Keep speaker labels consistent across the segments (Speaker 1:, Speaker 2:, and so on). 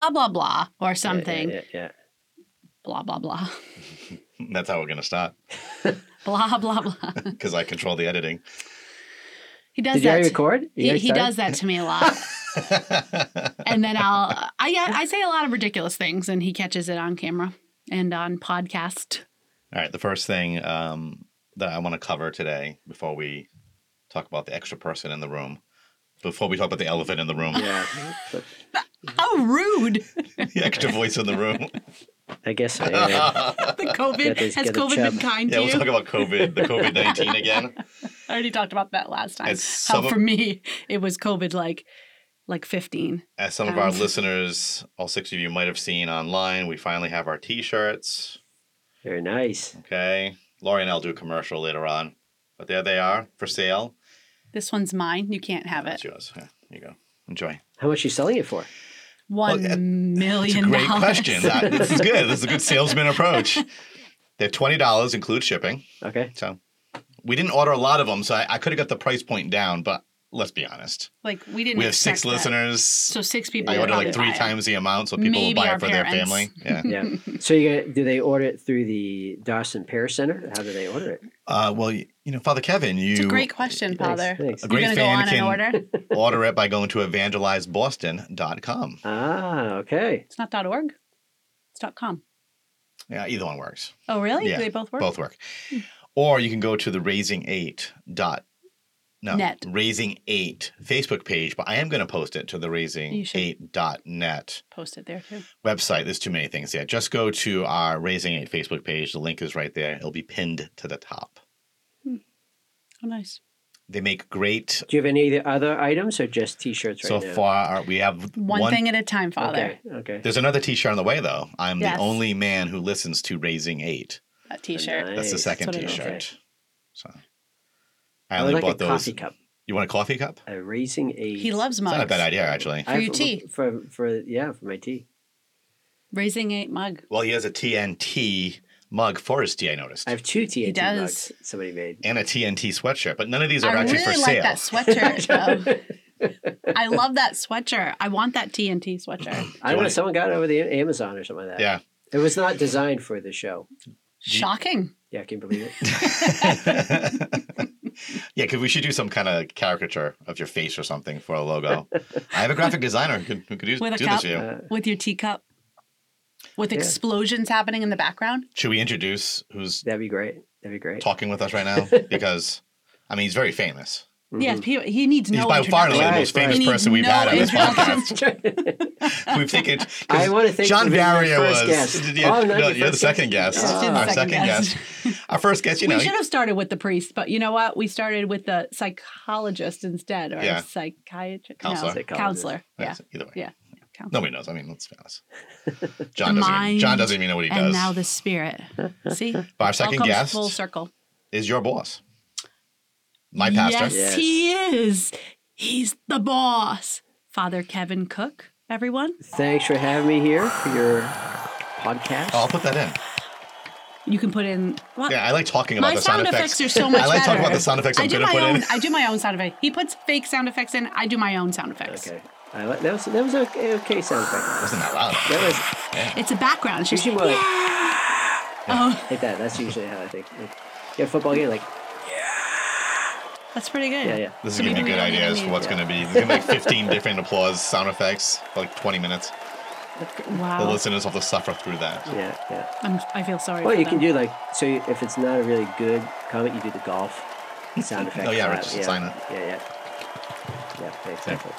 Speaker 1: blah blah blah or
Speaker 2: Yeah, yeah,
Speaker 1: something.
Speaker 2: Yeah, yeah.
Speaker 1: Blah blah blah.
Speaker 3: That's how we're going to start
Speaker 1: Blah blah blah.
Speaker 3: because I control the editing.
Speaker 1: He does
Speaker 2: Did you
Speaker 1: that.
Speaker 2: already
Speaker 1: to-
Speaker 2: record? You
Speaker 1: he,
Speaker 2: already
Speaker 1: he
Speaker 2: started?
Speaker 1: does that to me a lot. and then I'll I I say a lot of ridiculous things and he catches it on camera and on podcast.
Speaker 3: All right. The first thing um, that I want to cover today before we talk about the extra person in the room, before we talk about the elephant in the room,
Speaker 2: Yeah. But
Speaker 3: Mm-hmm.
Speaker 1: How rude!
Speaker 3: the extra voice in the room.
Speaker 2: I guess I, uh,
Speaker 1: The COVID
Speaker 2: Get this-
Speaker 1: has
Speaker 2: get the
Speaker 1: COVID
Speaker 2: chub.
Speaker 1: been kind
Speaker 3: yeah,
Speaker 1: to
Speaker 3: we'll
Speaker 1: you.
Speaker 3: talk about COVID, the COVID 19 again.
Speaker 1: I already talked about that last time.
Speaker 3: It's
Speaker 1: How
Speaker 3: some of-
Speaker 1: for me it was COVID like like fifteen.
Speaker 3: As some of our
Speaker 1: Um.
Speaker 3: listeners, all six of you might have seen online, we finally have our t shirts.
Speaker 2: very nice.
Speaker 3: Okay. Laurie and I'll do a commercial later on. But there they are for sale.
Speaker 1: This one's mine. You can't have
Speaker 3: That's
Speaker 1: it.
Speaker 3: yours. Yeah, there you go. Enjoy.
Speaker 2: How much you selling it for?
Speaker 1: One
Speaker 3: Well, uh, It's a
Speaker 1: million
Speaker 3: great
Speaker 1: dollars.
Speaker 3: question. Uh, this is good. This is a good salesman approach. They're twenty dollars, include shipping.
Speaker 2: Okay.
Speaker 3: So we didn't order a lot of them, so I, I could have got the price point down. But let's be honest,
Speaker 1: Like we didn't.
Speaker 3: we have six
Speaker 1: expect that.
Speaker 3: listeners.
Speaker 1: So six people.
Speaker 3: I
Speaker 1: would
Speaker 3: order like
Speaker 1: probably
Speaker 3: three
Speaker 1: buy it.
Speaker 3: times the amount, so people
Speaker 1: Maybe
Speaker 3: will buy
Speaker 1: our
Speaker 3: it for their
Speaker 1: parents.
Speaker 3: family. Yeah.
Speaker 2: Yeah. so you got, do they order it through the Dawson Pear Center? How do they order it?
Speaker 3: Uh, well, you you know, Father Kevin, you
Speaker 1: It's a great question,
Speaker 2: Thanks,
Speaker 1: Father.
Speaker 2: thanks.
Speaker 3: A
Speaker 1: You're gonna
Speaker 3: great
Speaker 1: go
Speaker 3: fan
Speaker 1: on and
Speaker 3: can-
Speaker 1: order.
Speaker 3: order it by going to evangelizeboston.com.
Speaker 2: Ah, okay.
Speaker 1: It's not .org. It's .com.
Speaker 3: Yeah, either one works.
Speaker 1: Oh, really?
Speaker 3: Yeah,
Speaker 1: Do they both work?
Speaker 3: Both work.
Speaker 1: Hmm.
Speaker 3: Or you can go to the Raising Eight dot no
Speaker 1: Net.
Speaker 3: Raising Eight Facebook page, but I am going to post it to the Raising
Speaker 1: You should.
Speaker 3: Eight dot net
Speaker 1: Post it there too.
Speaker 3: website. There's too many things there. Just go to our Raising Eight Facebook page. The link is right there. It'll be pinned to the top.
Speaker 1: Oh, nice.
Speaker 3: They make great.
Speaker 2: Do you have any other items or just T-shirts right
Speaker 3: so
Speaker 2: now?
Speaker 3: far, we have
Speaker 1: One, thing at a time, Father.
Speaker 2: Okay. Okay.
Speaker 3: There's another T-shirt on the way, though. I'm
Speaker 1: Yes.
Speaker 3: the only man who listens to Raising Eight.
Speaker 1: A T-shirt.
Speaker 3: That's the
Speaker 2: Nice.
Speaker 3: second
Speaker 1: That's what it is.
Speaker 3: T-shirt. So I
Speaker 2: I
Speaker 3: only
Speaker 2: would like a
Speaker 3: bought those.
Speaker 2: coffee cup.
Speaker 3: You want a coffee cup? It's
Speaker 2: A raising a.
Speaker 1: He loves mugs.
Speaker 3: not a bad idea, actually.
Speaker 1: For your
Speaker 2: I've-
Speaker 1: tea.
Speaker 2: For for yeah for my tea.
Speaker 1: Raising eight mug.
Speaker 3: Well, he has a TNT mug for his tea, I noticed,
Speaker 2: I have two TNT
Speaker 1: He does.
Speaker 2: mugs somebody made.
Speaker 3: and a TNT sweatshirt, but none of these are
Speaker 1: I
Speaker 3: actually
Speaker 1: really
Speaker 3: for
Speaker 1: like
Speaker 3: sale.
Speaker 1: that sweatshirt. though. I love that sweatshirt. I want that TNT sweatshirt.
Speaker 2: I don't know.
Speaker 3: wanna-
Speaker 2: Someone got it over the Amazon or something like that.
Speaker 3: Yeah.
Speaker 2: It was not designed for the show.
Speaker 1: Shocking.
Speaker 2: Yeah, can you believe it?
Speaker 3: yeah, because we should do some kind of caricature of your face or something for a logo. I have a graphic designer who could, who could do,
Speaker 1: With a
Speaker 3: do
Speaker 1: cup?
Speaker 3: this for you.
Speaker 2: Uh,
Speaker 1: With your teacup. With
Speaker 2: Yeah.
Speaker 1: explosions happening in the background.
Speaker 3: Should we introduce who's
Speaker 2: that'd be great. That'd be great.
Speaker 3: talking with us right now? Because, I mean, he's very famous.
Speaker 2: Mhm.
Speaker 1: Yes, he, he needs
Speaker 3: He's
Speaker 1: no
Speaker 3: by far the
Speaker 1: introduction.
Speaker 3: most
Speaker 2: Right,
Speaker 3: famous
Speaker 1: right.
Speaker 3: person we've
Speaker 1: He
Speaker 3: had on
Speaker 1: needs
Speaker 3: this
Speaker 1: no
Speaker 3: podcast. we've taken 'cause
Speaker 2: I want to thank
Speaker 3: John
Speaker 2: you for being my
Speaker 3: Barrier was.
Speaker 2: first guest.
Speaker 3: Yeah,
Speaker 2: Oh, not
Speaker 3: no,
Speaker 2: your
Speaker 3: you're the
Speaker 2: first
Speaker 3: second guest.
Speaker 2: guest. Ah.
Speaker 3: Our second guest. Our first guest, you know,
Speaker 1: we should have started with the priest, but you know what? We started with the psychologist instead, or
Speaker 3: Yeah.
Speaker 1: psychiatrist,
Speaker 3: Counselor.
Speaker 1: no,
Speaker 2: Psychologist.
Speaker 1: counselor. Yeah,
Speaker 3: Yes, Either way.
Speaker 1: yeah. counselor.
Speaker 3: Nobody knows. I mean, let's be honest. John
Speaker 1: The
Speaker 3: doesn't. Even, John
Speaker 1: mind
Speaker 3: doesn't even know what he
Speaker 1: and
Speaker 3: does.
Speaker 1: now the spirit. See,
Speaker 3: but our
Speaker 1: all
Speaker 3: second
Speaker 1: comes
Speaker 3: guest
Speaker 1: full circle.
Speaker 3: is your boss, my pastor.
Speaker 1: Yes, he is. He's the boss, Father Kevin Cook. Everyone,
Speaker 2: Thanks for having me here for your podcast.
Speaker 3: Oh, I'll put that in.
Speaker 1: you can put in. What?
Speaker 3: Yeah, I like talking about
Speaker 1: My
Speaker 3: the
Speaker 1: sound
Speaker 3: sound
Speaker 1: effects. are so much
Speaker 3: I like
Speaker 1: better.
Speaker 3: talking about the sound effects
Speaker 1: I
Speaker 3: I'm
Speaker 1: do
Speaker 3: going to
Speaker 1: my
Speaker 3: put
Speaker 1: own.
Speaker 3: in.
Speaker 1: I do my own sound effect. He puts fake sound effects in. I do my own sound effects.
Speaker 2: Okay. I, li- that was that was okay, okay sound effect.
Speaker 3: Wasn't that loud?
Speaker 2: That was
Speaker 1: It's a background. It's just,
Speaker 2: usually more like
Speaker 1: oh,
Speaker 2: hit that. That's usually how I think. Like, yeah, football game like
Speaker 1: that's pretty good.
Speaker 2: yeah yeah.
Speaker 3: This is
Speaker 1: So
Speaker 3: giving
Speaker 1: maybe we
Speaker 3: me good
Speaker 1: don't need
Speaker 3: ideas
Speaker 1: any-
Speaker 3: for what's
Speaker 2: yeah.
Speaker 3: going to be. There's going to be like 15 different applause sound effects for like 20 minutes. The
Speaker 1: Wow.
Speaker 3: listeners will have to suffer through that.
Speaker 2: Yeah, yeah.
Speaker 1: I'm, I feel sorry.
Speaker 2: Well,
Speaker 1: for
Speaker 2: you
Speaker 1: them.
Speaker 2: can do like so. You, if it's not a really good comment, you do the golf sound effect.
Speaker 3: Oh, yeah,
Speaker 2: for
Speaker 3: Rich,
Speaker 2: that.
Speaker 3: just sign it.
Speaker 2: Yeah, yeah, yeah. Exactly.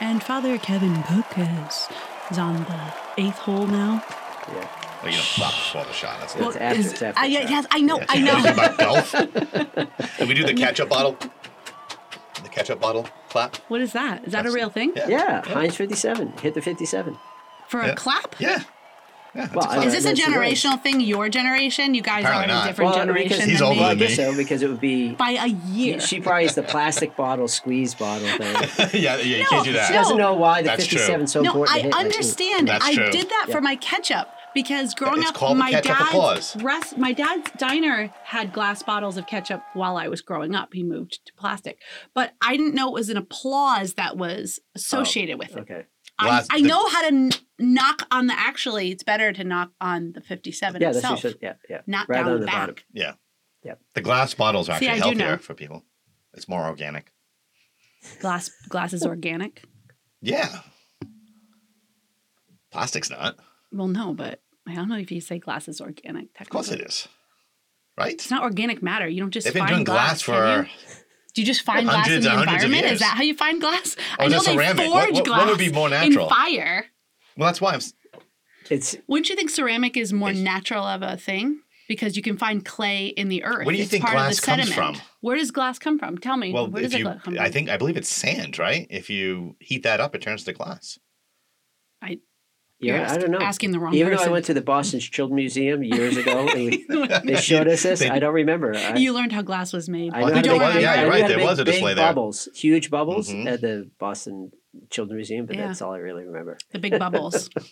Speaker 1: And Father Kevin Cook is, is on the eighth hole now.
Speaker 2: Yeah.
Speaker 3: Like, you know, clap before the shot. That's
Speaker 2: Well,
Speaker 3: it.
Speaker 2: after, it's after,
Speaker 1: I,
Speaker 2: yeah.
Speaker 1: yes, I know, I
Speaker 3: Is it
Speaker 1: know.
Speaker 3: about golf? Did we do the ketchup bottle? The ketchup bottle clap?
Speaker 1: what is that? Is that a
Speaker 3: That's-
Speaker 1: real thing?
Speaker 3: Yeah.
Speaker 2: Yeah, Heinz 57. Hit the 57.
Speaker 1: For a
Speaker 3: Yeah.
Speaker 1: clap?
Speaker 3: Yeah.
Speaker 2: Well, I-
Speaker 1: Is this a
Speaker 2: that's the way.
Speaker 1: generational thing? Your generation? You guys
Speaker 3: Apparently
Speaker 1: are in a
Speaker 3: not.
Speaker 1: different
Speaker 2: Well,
Speaker 1: generation.
Speaker 2: because-
Speaker 3: He's
Speaker 1: than
Speaker 3: older
Speaker 2: Well, I
Speaker 1: me
Speaker 3: than me.
Speaker 2: guess so because it would be.
Speaker 1: by a year.
Speaker 2: She probably is the plastic bottle squeeze bottle thing. She
Speaker 3: yeah, yeah, you
Speaker 1: No,
Speaker 3: can't do that.
Speaker 1: no.
Speaker 2: doesn't know why the
Speaker 3: That's true.
Speaker 2: 57 is so
Speaker 1: no,
Speaker 2: important. to
Speaker 1: I
Speaker 2: hit, like,
Speaker 1: understand.
Speaker 3: That's
Speaker 1: I
Speaker 3: true.
Speaker 1: did that
Speaker 2: Yeah.
Speaker 1: for my ketchup because growing
Speaker 3: It's
Speaker 1: up,
Speaker 3: called the
Speaker 1: my
Speaker 3: ketchup
Speaker 1: dad's
Speaker 3: applause.
Speaker 1: rest, my dad's diner had glass bottles of ketchup while I was growing up. He
Speaker 3: Oh,
Speaker 1: moved to plastic, but I didn't know it was an applause that was associated with it.
Speaker 2: Okay.
Speaker 1: I,
Speaker 3: Last-
Speaker 1: I
Speaker 3: the-
Speaker 1: know how to n- knock on the actually. It's better to knock on the 57
Speaker 2: yeah, that's
Speaker 1: itself,
Speaker 2: what you said. Yeah, yeah.
Speaker 1: not
Speaker 2: Rather
Speaker 1: down
Speaker 2: than
Speaker 1: the
Speaker 2: the
Speaker 1: back.
Speaker 2: bottom.
Speaker 3: The glass bottles are
Speaker 1: See,
Speaker 3: actually
Speaker 1: I do know.
Speaker 3: healthier for people. It's more organic.
Speaker 1: Glass glass is organic.
Speaker 3: Yeah. Plastic's not.
Speaker 1: Well, no, but I don't know if you say glass is organic.
Speaker 3: Of course it is. Right?
Speaker 1: It's not organic matter. You don't just
Speaker 3: They've been
Speaker 1: find
Speaker 3: doing glass,
Speaker 1: can you?
Speaker 3: for
Speaker 1: Do you just find glass in
Speaker 3: hundreds
Speaker 1: the
Speaker 3: and hundreds of
Speaker 1: environment? Is
Speaker 3: years.
Speaker 1: that how you find glass?
Speaker 3: Oh,
Speaker 1: I know
Speaker 3: that's
Speaker 1: they
Speaker 3: ceramic.
Speaker 1: forge
Speaker 3: What- what-
Speaker 1: glass
Speaker 3: what would be more natural?
Speaker 1: in fire.
Speaker 3: Well, that's why I'm. s-
Speaker 2: It's
Speaker 1: Wouldn't you think ceramic is more
Speaker 3: Yes.
Speaker 1: natural of a thing? Because you can find clay in the earth.
Speaker 3: Where do you
Speaker 1: It's
Speaker 3: think
Speaker 1: part of the
Speaker 3: glass comes
Speaker 1: sediment.
Speaker 3: from?
Speaker 1: Where does glass come from? Tell me.
Speaker 3: Well,
Speaker 1: where
Speaker 3: if
Speaker 1: does
Speaker 3: you,
Speaker 1: it come from?
Speaker 3: I think I believe it's sand, right? If you heat that up, it turns to glass.
Speaker 1: You're
Speaker 2: yeah, I
Speaker 1: ask-
Speaker 2: don't know.
Speaker 1: Asking the wrong
Speaker 2: Even
Speaker 1: person.
Speaker 2: though I went to the Boston Children's Museum years ago, and we, they showed us this.
Speaker 3: They-
Speaker 2: I don't remember. I,
Speaker 1: you learned how glass was made.
Speaker 2: I know
Speaker 3: Well,
Speaker 1: you
Speaker 2: how to
Speaker 1: don't
Speaker 3: they-
Speaker 2: make-
Speaker 1: remember.
Speaker 3: yeah,
Speaker 2: I
Speaker 3: you're
Speaker 2: know
Speaker 3: right,
Speaker 2: how to
Speaker 3: there was
Speaker 2: make
Speaker 3: a display
Speaker 2: big
Speaker 3: there.
Speaker 2: Bubbles, huge bubbles
Speaker 3: Mhm.
Speaker 2: at the Boston Children's Museum, but
Speaker 1: Yeah.
Speaker 2: that's all I really remember.
Speaker 1: The big bubbles.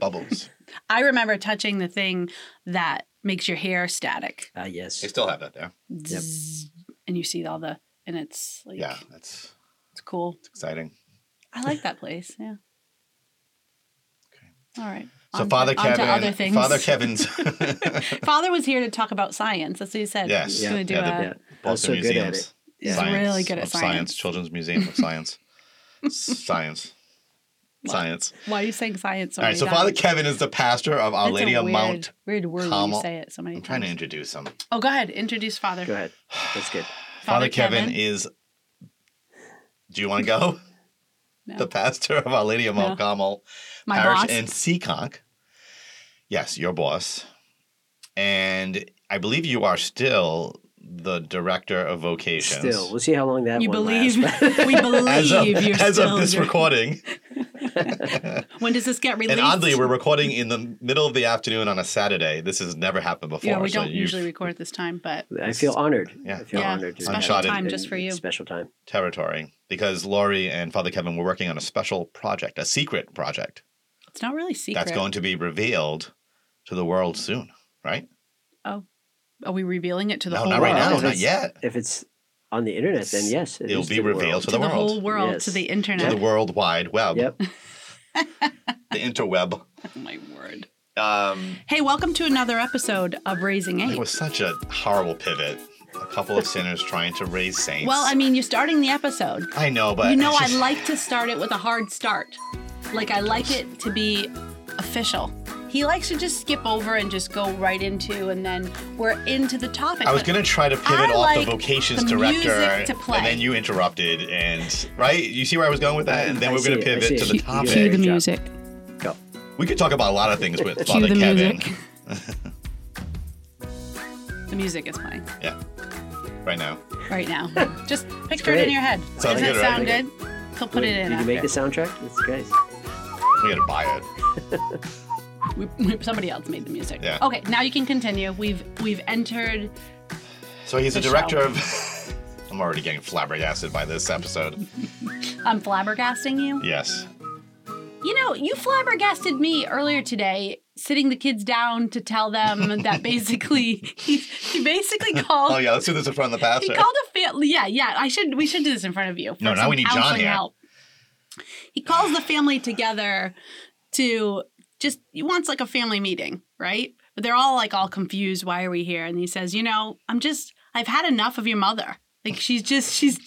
Speaker 3: Bubbles.
Speaker 1: I remember touching the thing that makes your hair static.
Speaker 2: Ah, yes.
Speaker 3: They still have that there.
Speaker 1: Zzz, And you see all the, and it's like,
Speaker 3: Yeah, that's
Speaker 1: it's cool.
Speaker 3: it's exciting.
Speaker 1: I like that place. Yeah. All right.
Speaker 3: So
Speaker 1: On to-
Speaker 3: Father
Speaker 1: on to
Speaker 3: Kevin,
Speaker 1: other things.
Speaker 3: Father Kevin's
Speaker 1: Father was here to talk about science. That's what he said.
Speaker 3: Yes.
Speaker 1: He's going to do
Speaker 3: Yeah,
Speaker 1: a,
Speaker 2: yeah.
Speaker 3: Boston
Speaker 2: so good at
Speaker 3: Museums.
Speaker 2: it.
Speaker 1: He's
Speaker 3: Science
Speaker 1: really good at
Speaker 3: of
Speaker 1: science.
Speaker 3: Children's Museum of Science. science. Science.
Speaker 1: Why are you saying science?
Speaker 3: All right,
Speaker 1: many
Speaker 3: so
Speaker 1: times?
Speaker 3: Father Kevin is the pastor of Our
Speaker 1: That's a
Speaker 3: Lady of
Speaker 1: weird,
Speaker 3: Mount.
Speaker 1: Weird word when you
Speaker 3: Carmel.
Speaker 1: say it so many
Speaker 3: I'm trying to
Speaker 1: times.
Speaker 3: introduce him.
Speaker 1: oh, go ahead. Introduce Father.
Speaker 2: Go ahead. That's good.
Speaker 3: Father Kevin, is. Do you want to go?
Speaker 1: No.
Speaker 3: The pastor of Our Lady of Mount
Speaker 1: No.
Speaker 3: Carmel
Speaker 1: my
Speaker 3: Parish
Speaker 1: boss.
Speaker 3: in Seekonk. Yes, your boss. And I believe you are still the director of vocations.
Speaker 2: Still, we'll see how long that
Speaker 1: you
Speaker 2: one
Speaker 1: believe.
Speaker 2: lasts. but-
Speaker 1: we believe
Speaker 3: as of,
Speaker 1: you're
Speaker 3: as
Speaker 1: still
Speaker 3: of this
Speaker 1: doing-
Speaker 3: recording.
Speaker 1: When does this get released?
Speaker 3: And oddly, we're recording in the middle of the afternoon on a Saturday. This has never happened before.
Speaker 1: yeah, we
Speaker 3: so
Speaker 1: don't
Speaker 3: you've-
Speaker 1: usually record at this time, but
Speaker 2: I feel honored.
Speaker 3: Yeah.
Speaker 2: I feel
Speaker 1: Yeah,
Speaker 2: honored. to-
Speaker 1: special
Speaker 3: Uncharted.
Speaker 1: time just for you.
Speaker 2: Special time.
Speaker 3: territory because Laurie and Father Kevin were working on a special project, a secret project
Speaker 1: It's not really secret.
Speaker 3: that's going to be revealed to the world soon, right?
Speaker 1: Are we revealing it to the
Speaker 3: No,
Speaker 1: whole
Speaker 3: not
Speaker 1: world?
Speaker 3: right now,
Speaker 2: If
Speaker 3: not
Speaker 2: it's-
Speaker 3: yet.
Speaker 2: If it's on the internet, then yes, it
Speaker 3: It'll
Speaker 2: is
Speaker 3: be
Speaker 2: the world.
Speaker 3: revealed to
Speaker 1: To
Speaker 3: the,
Speaker 1: the,
Speaker 3: world,
Speaker 1: whole world,
Speaker 2: Yes.
Speaker 1: to the
Speaker 3: to
Speaker 1: internet.
Speaker 3: the World Wide Web,
Speaker 2: Yep.
Speaker 3: the interweb.
Speaker 1: Oh, my word.
Speaker 3: Um,
Speaker 1: Hey, welcome to another episode of Raising
Speaker 3: it
Speaker 1: Eight.
Speaker 3: was such a horrible pivot. A couple of sinners trying to raise saints.
Speaker 1: Well, I mean, you're starting the episode.
Speaker 3: I know, but
Speaker 1: You know, I
Speaker 3: just-
Speaker 1: like to start it with a hard start. Like, I like it to be official. He likes to just skip over and just go right into, and then we're into the topic.
Speaker 3: I was
Speaker 1: but
Speaker 3: gonna try to pivot
Speaker 1: I
Speaker 3: off
Speaker 1: like
Speaker 3: the vocations
Speaker 1: the
Speaker 3: director,
Speaker 1: music to play.
Speaker 3: and then you interrupted, and right, you see where I was going with that, and then
Speaker 2: I
Speaker 3: we we're gonna
Speaker 2: see it, I
Speaker 3: pivot
Speaker 2: see
Speaker 3: to
Speaker 2: it.
Speaker 3: the
Speaker 2: You- you
Speaker 3: topic.
Speaker 2: see the- Go.
Speaker 3: We could talk about a lot of things with Father Kevin.
Speaker 1: the music is playing
Speaker 3: Yeah, right now.
Speaker 1: right now. just picture it in
Speaker 2: great.
Speaker 1: your head. Does
Speaker 3: Sounds good,
Speaker 1: it
Speaker 3: right?
Speaker 1: sound good? He'll put it
Speaker 2: Did
Speaker 1: in.
Speaker 2: you
Speaker 1: After.
Speaker 2: make the soundtrack? It's great.
Speaker 3: We gotta buy it.
Speaker 1: We, we- somebody else made the music.
Speaker 3: Yeah.
Speaker 1: Okay, now you can continue. We've we've entered.
Speaker 3: So he's the
Speaker 1: The
Speaker 3: director of. I'm already getting flabbergasted by this episode.
Speaker 1: I'm um, flabbergasting you.
Speaker 3: Yes.
Speaker 1: You know, you flabbergasted me earlier today, sitting the kids down to tell them that basically he, he basically called
Speaker 3: Oh yeah, let's do this in front of the
Speaker 1: he
Speaker 3: pastor.
Speaker 1: called a family. Yeah, yeah. I should we should do this in front of you. for
Speaker 3: No, now
Speaker 1: some
Speaker 3: we need John
Speaker 1: counseling
Speaker 3: here.
Speaker 1: He calls the family together to just he wants like a family meeting, right? But they're all like all confused. Why are we here? And he says, you know, I'm just I've had enough of your mother. Like she's just she's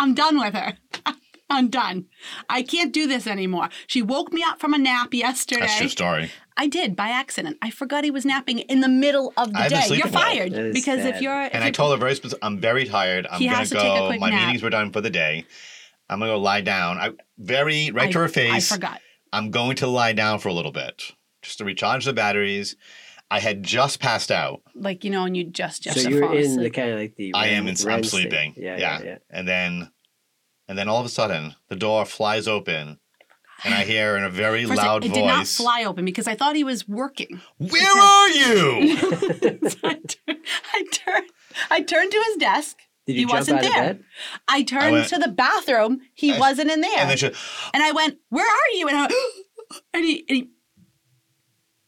Speaker 1: I'm done with her. I'm done. I can't do this anymore. She woke me up from a nap yesterday.
Speaker 3: That's true story.
Speaker 1: I did by accident. I forgot he was napping in the middle of the
Speaker 3: I have a
Speaker 1: day. You're
Speaker 3: sleeping bag.
Speaker 1: fired
Speaker 2: That is
Speaker 1: because if
Speaker 2: sad.
Speaker 1: you're if
Speaker 3: And I
Speaker 1: you're-
Speaker 3: told her very specific. I'm very tired. I'm
Speaker 1: He
Speaker 3: gonna
Speaker 1: has to
Speaker 3: go.
Speaker 1: take a quick
Speaker 3: My
Speaker 1: nap.
Speaker 3: meetings were done for the day. I'm gonna go lie down. I very right to
Speaker 1: I-
Speaker 3: her face.
Speaker 1: I forgot.
Speaker 3: I'm going to lie down for a little bit just to recharge the batteries. I had just passed out,
Speaker 1: like you know, and you just just
Speaker 2: so
Speaker 1: have
Speaker 2: you're
Speaker 1: fallen
Speaker 2: in the
Speaker 1: asleep.
Speaker 2: kind of like the.
Speaker 3: I am
Speaker 2: REM-
Speaker 3: in- I'm
Speaker 2: REM state.
Speaker 3: sleeping.
Speaker 2: Yeah,
Speaker 3: Yeah.
Speaker 2: yeah, yeah.
Speaker 3: and then, and then all of a sudden, the door flies open, and I hear in a very
Speaker 1: First,
Speaker 3: loud
Speaker 1: it,
Speaker 3: voice,
Speaker 1: did not fly open because I thought he was working.
Speaker 3: "Where are you?"
Speaker 1: So I turned, I turned, I turned to his desk.
Speaker 2: Did
Speaker 1: He
Speaker 2: you jump
Speaker 1: wasn't
Speaker 2: out
Speaker 1: there.
Speaker 2: of bed?
Speaker 1: I turned
Speaker 3: went-
Speaker 1: to the bathroom. He
Speaker 3: I-
Speaker 1: wasn't in there.
Speaker 3: and then she,
Speaker 1: And I went, "Where are you?" And I went, and he, and he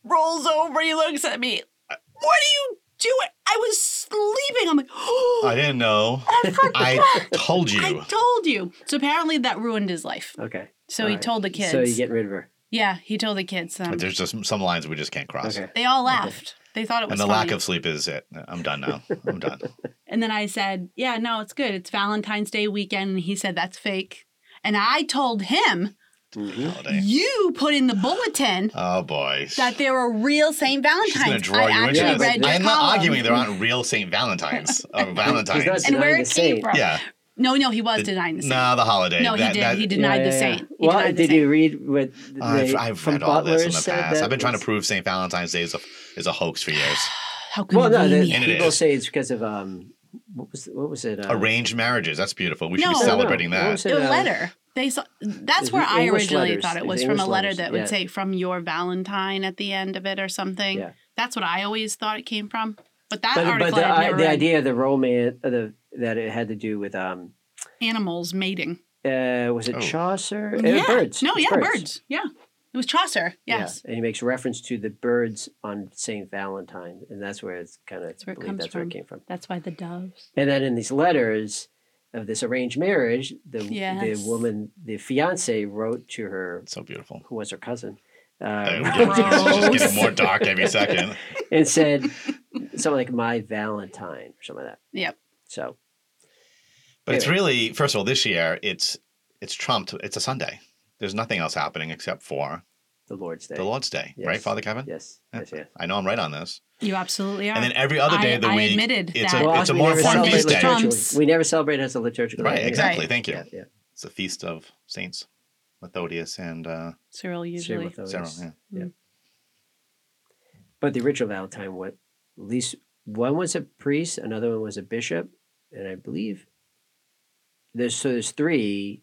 Speaker 1: rolls over. He looks at me. What are you doing? I was sleeping. I'm like,
Speaker 3: I
Speaker 1: oh,
Speaker 3: didn't know.
Speaker 1: I, forgot.
Speaker 3: I told you.
Speaker 1: I told you. So apparently that ruined his life.
Speaker 2: Okay.
Speaker 1: So
Speaker 2: All
Speaker 1: he
Speaker 2: right.
Speaker 1: told the kids.
Speaker 2: So you're getting rid of her.
Speaker 1: yeah, he told the kids. Um,
Speaker 3: But there's just some lines we just can't cross.
Speaker 2: Okay.
Speaker 1: they all laughed. They thought it was
Speaker 3: And the
Speaker 1: funny.
Speaker 3: lack of sleep is it. I'm done now. I'm done.
Speaker 1: And then I said, Yeah, no, it's good. It's Valentine's Day weekend. And he said, That's fake. And I told him,
Speaker 2: Mhm.
Speaker 3: Holiday.
Speaker 1: You put in the bulletin
Speaker 3: Oh boy.
Speaker 1: that there were real St.
Speaker 3: She's gonna
Speaker 1: Valentine's.
Speaker 3: draw
Speaker 1: I
Speaker 3: you into
Speaker 1: actually
Speaker 2: Yeah,
Speaker 3: this.
Speaker 2: but
Speaker 1: read your
Speaker 3: I'm not
Speaker 1: column.
Speaker 3: arguing there aren't real St. Valentines or
Speaker 2: He's not
Speaker 3: Valentines.
Speaker 1: And where
Speaker 2: denying
Speaker 1: it
Speaker 2: the
Speaker 1: came
Speaker 2: saint.
Speaker 1: from.
Speaker 3: Yeah.
Speaker 1: No, no, he was
Speaker 3: Did-
Speaker 1: denying the saint.
Speaker 3: No, the holiday.
Speaker 1: No, he
Speaker 3: That-
Speaker 1: did.
Speaker 3: that-
Speaker 1: He denied the saint. He
Speaker 2: Well,
Speaker 1: denied the
Speaker 2: did you read what
Speaker 3: I've,
Speaker 2: they-
Speaker 3: I've
Speaker 2: from
Speaker 3: read all this
Speaker 2: Butler
Speaker 3: in the
Speaker 2: said
Speaker 3: past.
Speaker 2: that
Speaker 3: I've been trying to
Speaker 2: was-
Speaker 3: prove St. Valentine's Day is a, is a hoax for years.
Speaker 1: How
Speaker 2: Well, no, the,
Speaker 1: convenient.
Speaker 3: And it
Speaker 2: people
Speaker 3: is.
Speaker 2: say it's because of um, what was what was it? Uh,
Speaker 3: Arranged marriages. That's beautiful. We should
Speaker 1: No.
Speaker 3: be celebrating
Speaker 2: No, no.
Speaker 3: that.
Speaker 2: What
Speaker 1: the
Speaker 2: uh,
Speaker 1: letter. They saw, that's
Speaker 2: It's
Speaker 1: where
Speaker 2: the
Speaker 1: I
Speaker 2: English
Speaker 1: originally
Speaker 2: letters.
Speaker 1: thought it
Speaker 2: It's
Speaker 1: was
Speaker 2: the
Speaker 1: from a
Speaker 2: English
Speaker 1: letter
Speaker 2: letters,
Speaker 1: that would
Speaker 2: yeah.
Speaker 1: say from your Valentine at the end of it or something.
Speaker 2: Yeah.
Speaker 1: That's what I always thought it came from. But that
Speaker 2: But,
Speaker 1: article
Speaker 2: but the,
Speaker 1: I'd never
Speaker 2: I, the
Speaker 1: read.
Speaker 2: idea of the romance, of the that it had to do with um,
Speaker 1: animals mating.
Speaker 2: uh, was it
Speaker 3: Oh.
Speaker 2: Chaucer? Uh,
Speaker 1: yeah.
Speaker 2: birds.
Speaker 1: No,
Speaker 2: It's
Speaker 1: yeah, birds. Yeah. It was Chaucer.
Speaker 2: Yeah,
Speaker 1: Yes.
Speaker 2: and he makes reference to the birds on Saint Valentine, and that's where it's kind of
Speaker 1: where it
Speaker 2: believe
Speaker 1: comes
Speaker 2: that's where
Speaker 1: from.
Speaker 2: it came from.
Speaker 1: That's why the doves.
Speaker 2: And then in these letters of this arranged marriage, the
Speaker 1: Yes.
Speaker 2: the woman, the fiance, wrote to her,
Speaker 3: It's so beautiful.
Speaker 2: who was her cousin,
Speaker 3: Uh,
Speaker 2: uh,
Speaker 3: we're getting- it's just
Speaker 1: Gross.
Speaker 3: getting more dark every second.
Speaker 2: and said something like "My Valentine" or something like that.
Speaker 1: Yep.
Speaker 2: So
Speaker 3: But it's really, first of all, this year it's it's trumped. It's a Sunday. There's nothing else happening except for
Speaker 2: the Lord's Day.
Speaker 3: the Lord's Day,
Speaker 2: Yes.
Speaker 3: right, Father Kevin?
Speaker 2: Yes.
Speaker 3: Yeah.
Speaker 2: Yes. Yes.
Speaker 3: I know I'm right on this.
Speaker 1: You absolutely are.
Speaker 3: And then every other day of the
Speaker 1: I, I
Speaker 3: week,
Speaker 1: admitted
Speaker 3: it's
Speaker 1: that.
Speaker 3: a-
Speaker 2: Well,
Speaker 3: it's a
Speaker 2: we
Speaker 3: more
Speaker 2: never
Speaker 3: fun
Speaker 2: celebrate
Speaker 3: feast day.
Speaker 2: liturgical-
Speaker 1: Trumps.
Speaker 2: We never celebrate as a liturgical
Speaker 3: right?
Speaker 2: holiday.
Speaker 3: Exactly.
Speaker 1: Right.
Speaker 3: Thank you.
Speaker 2: Yeah. yeah.
Speaker 3: It's the feast of Saints, Methodius and uh,
Speaker 1: Cyril
Speaker 2: Same
Speaker 1: usually.
Speaker 2: with those.
Speaker 3: Cyril. Yeah.
Speaker 2: But the original Valentine, what at least one was a priest, another one was a bishop, and I believe there's so there's three.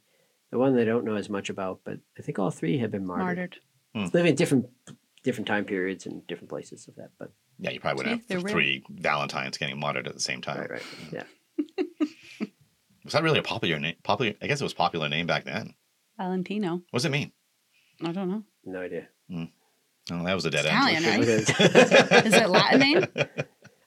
Speaker 2: The one that I don't know as much about, but I think all three have been martyred.
Speaker 1: Martyred.
Speaker 2: Living in different different time periods and different places of that, but
Speaker 3: Yeah, you probably
Speaker 1: See,
Speaker 3: wouldn't
Speaker 1: they're
Speaker 3: have
Speaker 1: real.
Speaker 3: three Valentines getting martyred at the same time.
Speaker 2: right, right, yeah.
Speaker 3: Was that really a popular name? Popular, I guess it was a popular name back then.
Speaker 1: Valentino.
Speaker 3: What does it mean?
Speaker 1: I don't know.
Speaker 2: No idea.
Speaker 3: Oh, that was a dead
Speaker 1: Italian,
Speaker 3: end.
Speaker 1: right?
Speaker 3: I
Speaker 1: Is it Latin name?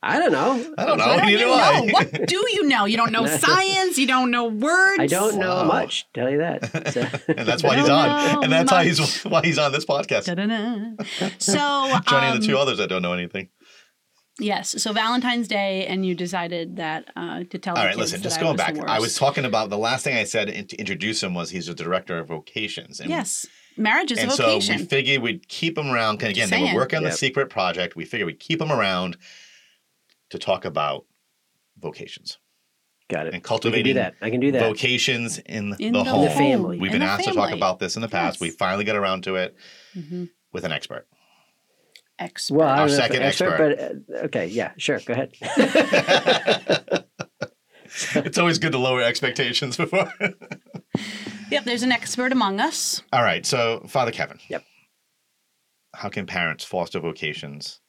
Speaker 2: I don't know.
Speaker 3: don't know.
Speaker 1: What do
Speaker 3: Neither
Speaker 1: you
Speaker 3: do
Speaker 1: know?
Speaker 3: I.
Speaker 1: What do you know? You don't know science. You don't know words.
Speaker 2: I don't know
Speaker 3: Wow.
Speaker 2: much. Tell you that. So-
Speaker 3: and that's why he's
Speaker 1: Don't
Speaker 3: on. And
Speaker 1: know
Speaker 3: that's why
Speaker 1: Oh, much.
Speaker 3: he's why he's on this podcast.
Speaker 1: Da-da-da. So
Speaker 3: Joining
Speaker 1: um,
Speaker 3: the two others that don't know anything.
Speaker 1: yes. So Valentine's Day, and you decided that uh, to tell.
Speaker 3: All
Speaker 1: the
Speaker 3: right,
Speaker 1: kids
Speaker 3: listen,
Speaker 1: that
Speaker 3: just
Speaker 1: I
Speaker 3: going
Speaker 1: was the
Speaker 3: back. I
Speaker 1: worst.
Speaker 3: was talking about the last thing I said in- to introduce him was he's a director of vocations. And,
Speaker 1: Yes, marriage is
Speaker 3: And
Speaker 1: a
Speaker 3: so we
Speaker 1: vocation.
Speaker 3: figured we'd keep him around. 'cause again,
Speaker 1: Just
Speaker 3: they were
Speaker 1: saying.
Speaker 3: working on the
Speaker 2: Yep.
Speaker 3: secret project. We figured we'd keep him around to talk about vocations
Speaker 2: Got it.
Speaker 3: and
Speaker 2: I can do
Speaker 3: cultivating
Speaker 2: that. I can do that.
Speaker 3: vocations in,
Speaker 1: in
Speaker 3: the, home.
Speaker 2: The family.
Speaker 3: We've
Speaker 1: In the
Speaker 3: been asked to talk
Speaker 1: family.
Speaker 3: about this in the past.
Speaker 1: Yes.
Speaker 3: We finally got around to it
Speaker 1: Mhm.
Speaker 3: with an expert.
Speaker 1: Expert.
Speaker 2: Well, I don't
Speaker 3: Our
Speaker 2: know if
Speaker 3: second
Speaker 2: an but uh, okay, yeah, sure, go ahead.
Speaker 3: it's always good to lower expectations before.
Speaker 1: yep, there's an expert among us.
Speaker 3: All right. So, Father Kevin.
Speaker 2: Yep.
Speaker 3: How can parents foster vocations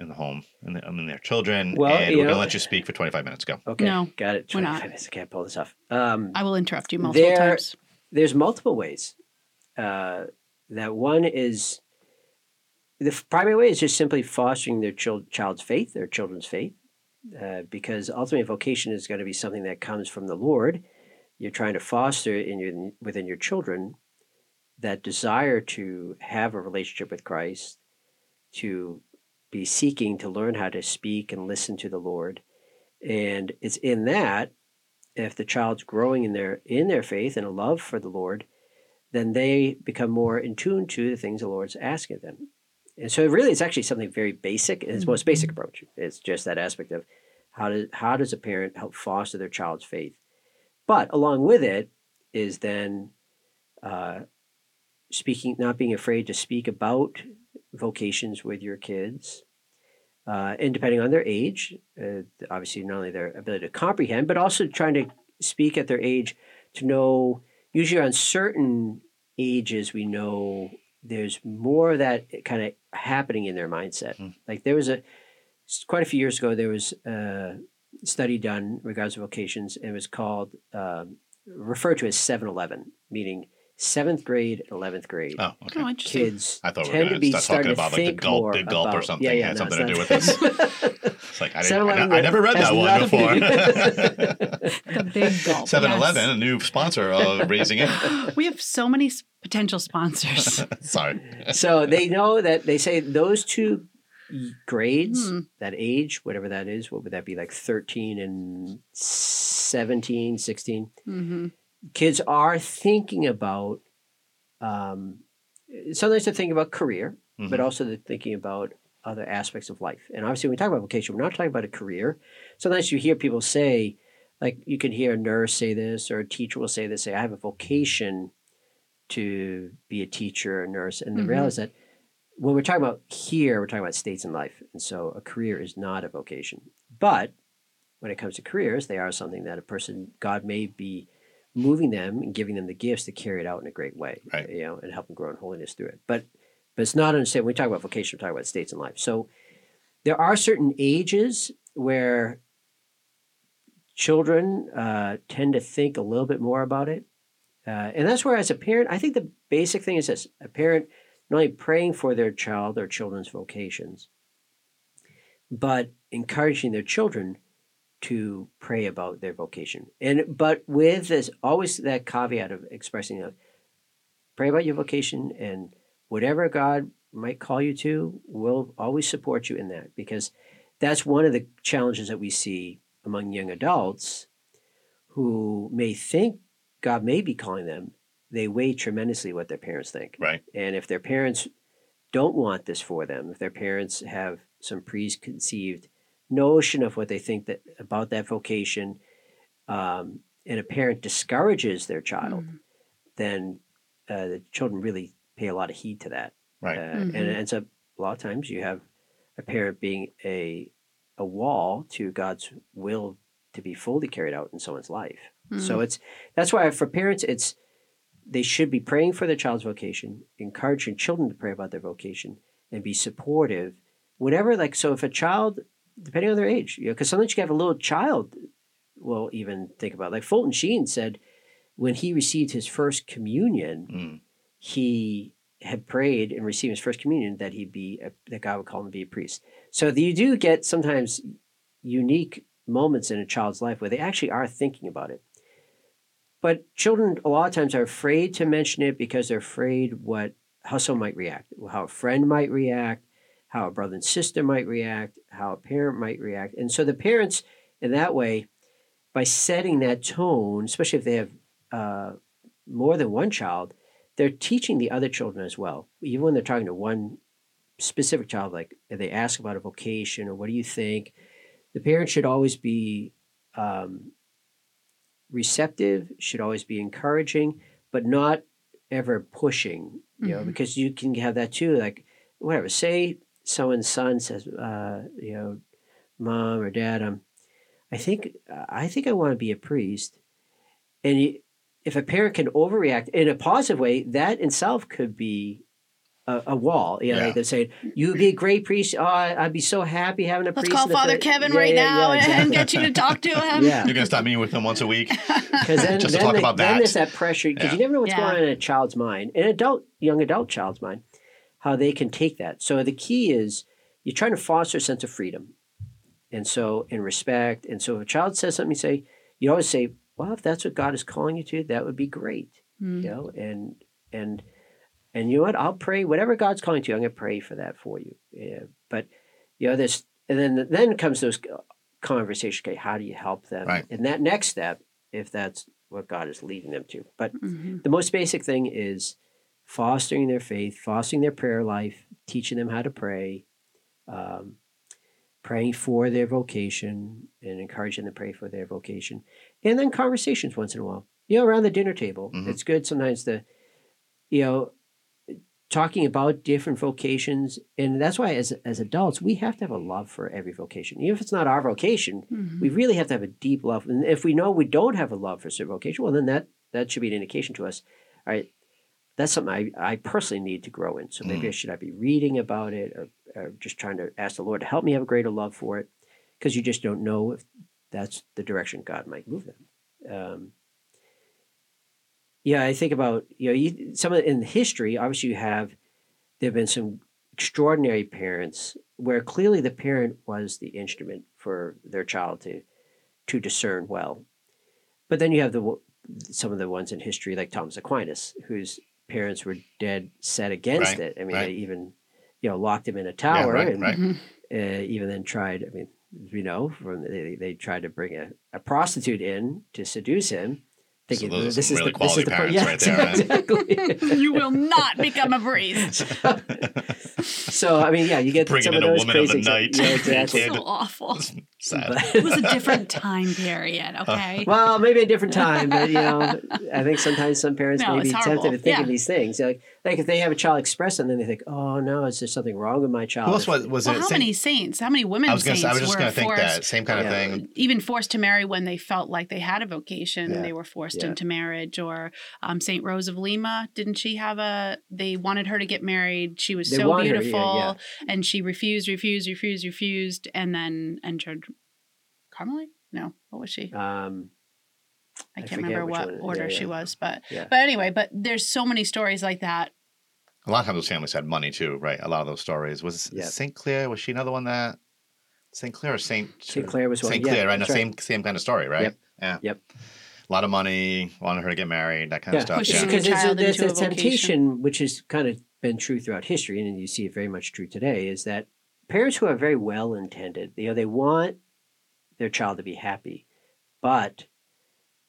Speaker 3: in the home and the, in their children?
Speaker 2: Well,
Speaker 3: and
Speaker 2: you
Speaker 3: we're going to
Speaker 2: know-
Speaker 3: let you speak for 25 minutes. Go.
Speaker 2: Okay,
Speaker 1: No,
Speaker 2: got it.
Speaker 1: we're
Speaker 2: 25
Speaker 1: not.
Speaker 2: minutes. I can't pull this off. Um,
Speaker 1: I will interrupt you multiple
Speaker 2: There-
Speaker 1: times.
Speaker 2: there's multiple ways. Uh, that one is the f- primary way is just simply fostering their chil- child's faith, their children's faith, uh, because ultimately vocation is going to be something that comes from the Lord. You're trying to foster in your within your children that desire to have a relationship with Christ, to be seeking to learn how to speak and listen to the Lord, and it's in that if the child's growing in their in their faith and a love for the Lord, then they become more in tune to the things the Lord's asking of them. And so really it's actually something very basic. It's the most basic approach. It's just that aspect of how does how does a parent help foster their child's faith? But along with it is then uh, speaking, not being afraid to speak about vocations with your kids. Uh, and depending on their age, uh, obviously not only their ability to comprehend, but also trying to speak at their age to know, usually on certain ages, we know there's more of that kind of happening in their mindset.
Speaker 3: Hmm.
Speaker 2: Like there was a, quite a few years ago, there was a study done in regards to vocations and it was called, um, referred to as 7-Eleven, meaning seventh grade, eleventh grade.
Speaker 3: Oh, okay.
Speaker 1: Oh, interesting.
Speaker 2: kids
Speaker 3: I thought we were
Speaker 2: tend to
Speaker 3: gonna
Speaker 2: be
Speaker 3: start
Speaker 2: starting
Speaker 3: talking
Speaker 2: to
Speaker 3: about, like, the
Speaker 2: think
Speaker 3: gulp-
Speaker 2: more
Speaker 3: the gulp or
Speaker 2: about-
Speaker 3: something.
Speaker 2: Yeah,
Speaker 3: It
Speaker 2: yeah,
Speaker 3: had
Speaker 2: no,
Speaker 3: something
Speaker 2: it's
Speaker 3: to
Speaker 2: not-
Speaker 3: do It's like I, didn't,
Speaker 2: 7-Eleven
Speaker 3: I, I never read
Speaker 2: has
Speaker 3: that one
Speaker 2: nothing
Speaker 3: before.
Speaker 2: to
Speaker 1: The big gulp.
Speaker 3: 7 Eleven, a new sponsor of Raising It.
Speaker 1: Yes. We have so many s- potential sponsors.
Speaker 3: Sorry.
Speaker 2: so they know that they say those two grades,
Speaker 1: Hmm.
Speaker 2: that age, whatever that is, what would that be like 13 and 17, 16?
Speaker 1: hmm
Speaker 2: Kids are thinking about, um, sometimes they're thinking about career, but
Speaker 3: Mhm.
Speaker 2: also they're thinking about other aspects of life. And obviously, when we talk about vocation, we're not talking about a career. Sometimes you hear people say, like you can hear a nurse say this, or a teacher will say this, say, I have a vocation to be a teacher or a nurse. And
Speaker 1: Mhm.
Speaker 2: the reality is that when we're talking about here, we're talking about states in life. And so a career is not a vocation. But when it comes to careers, they are something that a person, God may be moving them and giving them the gifts to carry it out in a great way,
Speaker 3: Right.
Speaker 2: you know, and help them grow in holiness through it. But but it's not understand when we talk about vocation, we're talking about states in life. So there are certain ages where children uh, tend to think a little bit more about it. Uh, and that's where, as a parent, I think the basic thing is this a parent not only praying for their child or children's vocations, but encouraging their children to pray about their vocation. And but with this always that caveat of expressing uh, pray about your vocation and whatever God might call you to, we'll always support you in that because that's one of the challenges that we see among young adults who may think God may be calling them. They weigh tremendously what their parents think.
Speaker 3: Mm-hmm. Right.
Speaker 2: And if their parents don't want this for them, if their parents have some preconceived notion of what they think that about that vocation, um, and a parent discourages their child, then uh, the children really pay a lot of heed to that.
Speaker 3: Right.
Speaker 2: Uh,
Speaker 1: Mhm.
Speaker 2: And it ends up a lot of times you have a parent being a a wall to God's will to be fully carried out in someone's life.
Speaker 1: Hmm.
Speaker 2: So it's that's why for parents, it's they should be praying for their child's vocation, encouraging children to pray about their vocation, and be supportive. Whatever, like, so if a child, depending on their age, you know, because sometimes you can have a little child will even think about, like Fulton Sheen said, when he received his first communion,
Speaker 3: Mm.
Speaker 2: he had prayed and received his first communion that he be a, that God would call him to be a priest. So you do get sometimes unique moments in a child's life where they actually are thinking about it. But children a lot of times are afraid to mention it because they're afraid what how someone might react, how a friend might react, how a brother and sister might react, how a parent might react. And so the parents in that way, by setting that tone, especially if they have uh, more than one child, they're teaching the other children as well. Even when they're talking to one specific child, like if they ask about a vocation or what do you think, the parent should always be um, receptive, should always be encouraging, but not ever pushing, you know,
Speaker 1: Mhm.
Speaker 2: because you can have that too. Like, whatever, say someone's son says, uh, you know, mom or dad, I'm, I think, I think I want to be a priest. And you, if a parent can overreact in a positive way, that in itself could be a, a wall. You know,
Speaker 3: Yeah.
Speaker 2: like they're saying, you would be a great priest. Oh, I- I'd be so happy having a
Speaker 1: Let's
Speaker 2: priest.
Speaker 1: call
Speaker 2: in the
Speaker 1: Father
Speaker 2: fa-"
Speaker 1: Kevin
Speaker 2: Yeah,
Speaker 1: right
Speaker 2: yeah,
Speaker 1: now
Speaker 2: yeah,
Speaker 1: and get you to talk to him.
Speaker 2: Yeah.
Speaker 3: You're going to stop meeting with them once a week?
Speaker 2: Because then,
Speaker 3: Just to
Speaker 2: then
Speaker 3: talk
Speaker 2: they-
Speaker 3: about
Speaker 2: then
Speaker 3: that.
Speaker 2: there's that pressure because
Speaker 3: Yeah.
Speaker 2: you never know what's
Speaker 1: Yeah.
Speaker 2: going on in a child's mind, an adult, young adult child's mind, how they can take that. So the key is you're trying to foster a sense of freedom, and so and respect. And so if a child says something, you say you always say, "Well, if that's what God is calling you to, that would be great."
Speaker 1: Mm.
Speaker 2: You know, and and and you know what? I'll pray whatever God's calling to you. I'm going to pray for that for you. Yeah. But you know this, and then then comes those conversation. Okay, how do you help them?
Speaker 3: Right.
Speaker 2: And that next step, if that's what God is leading them to. But
Speaker 1: Mhm.
Speaker 2: the most basic thing is fostering their faith, fostering their prayer life, teaching them how to pray, um, praying for their vocation, and encouraging them to pray for their vocation, and then conversations once in a while. You know, around the dinner table,
Speaker 3: Mhm.
Speaker 2: it's good sometimes to, you know, talking about different vocations, and that's why as as adults we have to have a love for every vocation, even if it's not our vocation.
Speaker 1: Mhm.
Speaker 2: We really have to have a deep love. And if we know we don't have a love for certain vocation, well, then that that should be an indication to us. All right, that's something I, I personally need to grow in. So maybe I should I be reading about it or, or just trying to ask the Lord to help me have a greater love for it? Because you just don't know if that's the direction God might move them. Um, Yeah, I think about you know you, some of in history. Obviously, you have there have been some extraordinary parents where clearly the parent was the instrument for their child to to discern well. But then you have the some of the ones in history like Thomas Aquinas, whose parents were dead set against
Speaker 3: Right,
Speaker 2: it. I mean,
Speaker 3: right.
Speaker 2: they even you know locked him in a tower
Speaker 3: right,
Speaker 2: and
Speaker 3: right.
Speaker 1: Mhm.
Speaker 2: uh, even then tried. I mean, as we know from they, they tried to bring a, a prostitute in to seduce him, thinking
Speaker 3: those are
Speaker 2: this,
Speaker 3: some
Speaker 2: is
Speaker 3: really
Speaker 2: the, this is
Speaker 3: quality
Speaker 2: the per-
Speaker 3: parents
Speaker 2: yeah,
Speaker 3: right there, right?
Speaker 2: exactly.
Speaker 1: you will not become a priest.
Speaker 2: so I mean, yeah, you get
Speaker 3: Bringing
Speaker 2: some of
Speaker 3: in a
Speaker 2: those
Speaker 3: woman of the
Speaker 2: crazy
Speaker 3: night.
Speaker 2: Yeah,
Speaker 1: It's
Speaker 2: exactly.
Speaker 3: Kid.
Speaker 1: so awful.
Speaker 3: Sad.
Speaker 2: But-
Speaker 1: It was a different time period, okay?
Speaker 2: well, maybe a different time, but you know, I think sometimes some parents
Speaker 1: No,
Speaker 2: may be
Speaker 1: it's
Speaker 2: tempted to
Speaker 1: horrible.
Speaker 2: think
Speaker 1: Yeah.
Speaker 2: of these things. Like, like if they have a child express and then they think, "Oh no, is there something wrong with my child?"
Speaker 3: Who else was, was
Speaker 1: well,
Speaker 3: it?
Speaker 1: how
Speaker 3: Saint-
Speaker 1: many saints, how many women
Speaker 3: I was gonna.
Speaker 1: saints
Speaker 3: Say, I was just
Speaker 1: were
Speaker 3: gonna think
Speaker 1: forced,
Speaker 3: that same kind of
Speaker 2: Yeah.
Speaker 3: thing.
Speaker 1: even forced to marry when they felt like they had a vocation
Speaker 3: Yeah.
Speaker 1: they were forced
Speaker 2: Yeah.
Speaker 1: into marriage or um, st rose of lima didn't she have a they wanted her to get married she was
Speaker 2: They
Speaker 1: so
Speaker 2: want her, yeah,
Speaker 1: beautiful
Speaker 2: yeah.
Speaker 1: and she refused refused refused refused and then entered carmelite no what was she
Speaker 2: Um,
Speaker 1: i
Speaker 2: I
Speaker 1: can't
Speaker 2: forget
Speaker 1: remember
Speaker 2: which
Speaker 1: what
Speaker 2: one it-
Speaker 1: order
Speaker 2: yeah,
Speaker 1: she
Speaker 2: yeah.
Speaker 1: was but
Speaker 2: Yeah.
Speaker 1: but anyway but there's so many stories like that
Speaker 3: A lot of times those families had money too, right? A lot of those stories was
Speaker 2: Yeah.
Speaker 3: Saint Clair. Was she another one that Saint Clair or Saint
Speaker 2: St. Clair was one.
Speaker 3: Saint
Speaker 2: yeah,
Speaker 3: Clair, right? No,
Speaker 2: that's right.
Speaker 3: Same same kind of story, right?
Speaker 2: Yep.
Speaker 3: Yeah.
Speaker 2: Yep.
Speaker 3: A lot of money, wanted her to get married, that kind
Speaker 2: Yeah,
Speaker 3: of stuff.
Speaker 1: Pushing
Speaker 3: Yeah.
Speaker 1: the
Speaker 2: because there's, a,
Speaker 1: child
Speaker 2: there's
Speaker 1: into
Speaker 2: a
Speaker 1: a vocation.
Speaker 2: temptation, which has kind of been true throughout history, and you see it very much true today, is that parents who are very well intended, you know, they want their child to be happy, but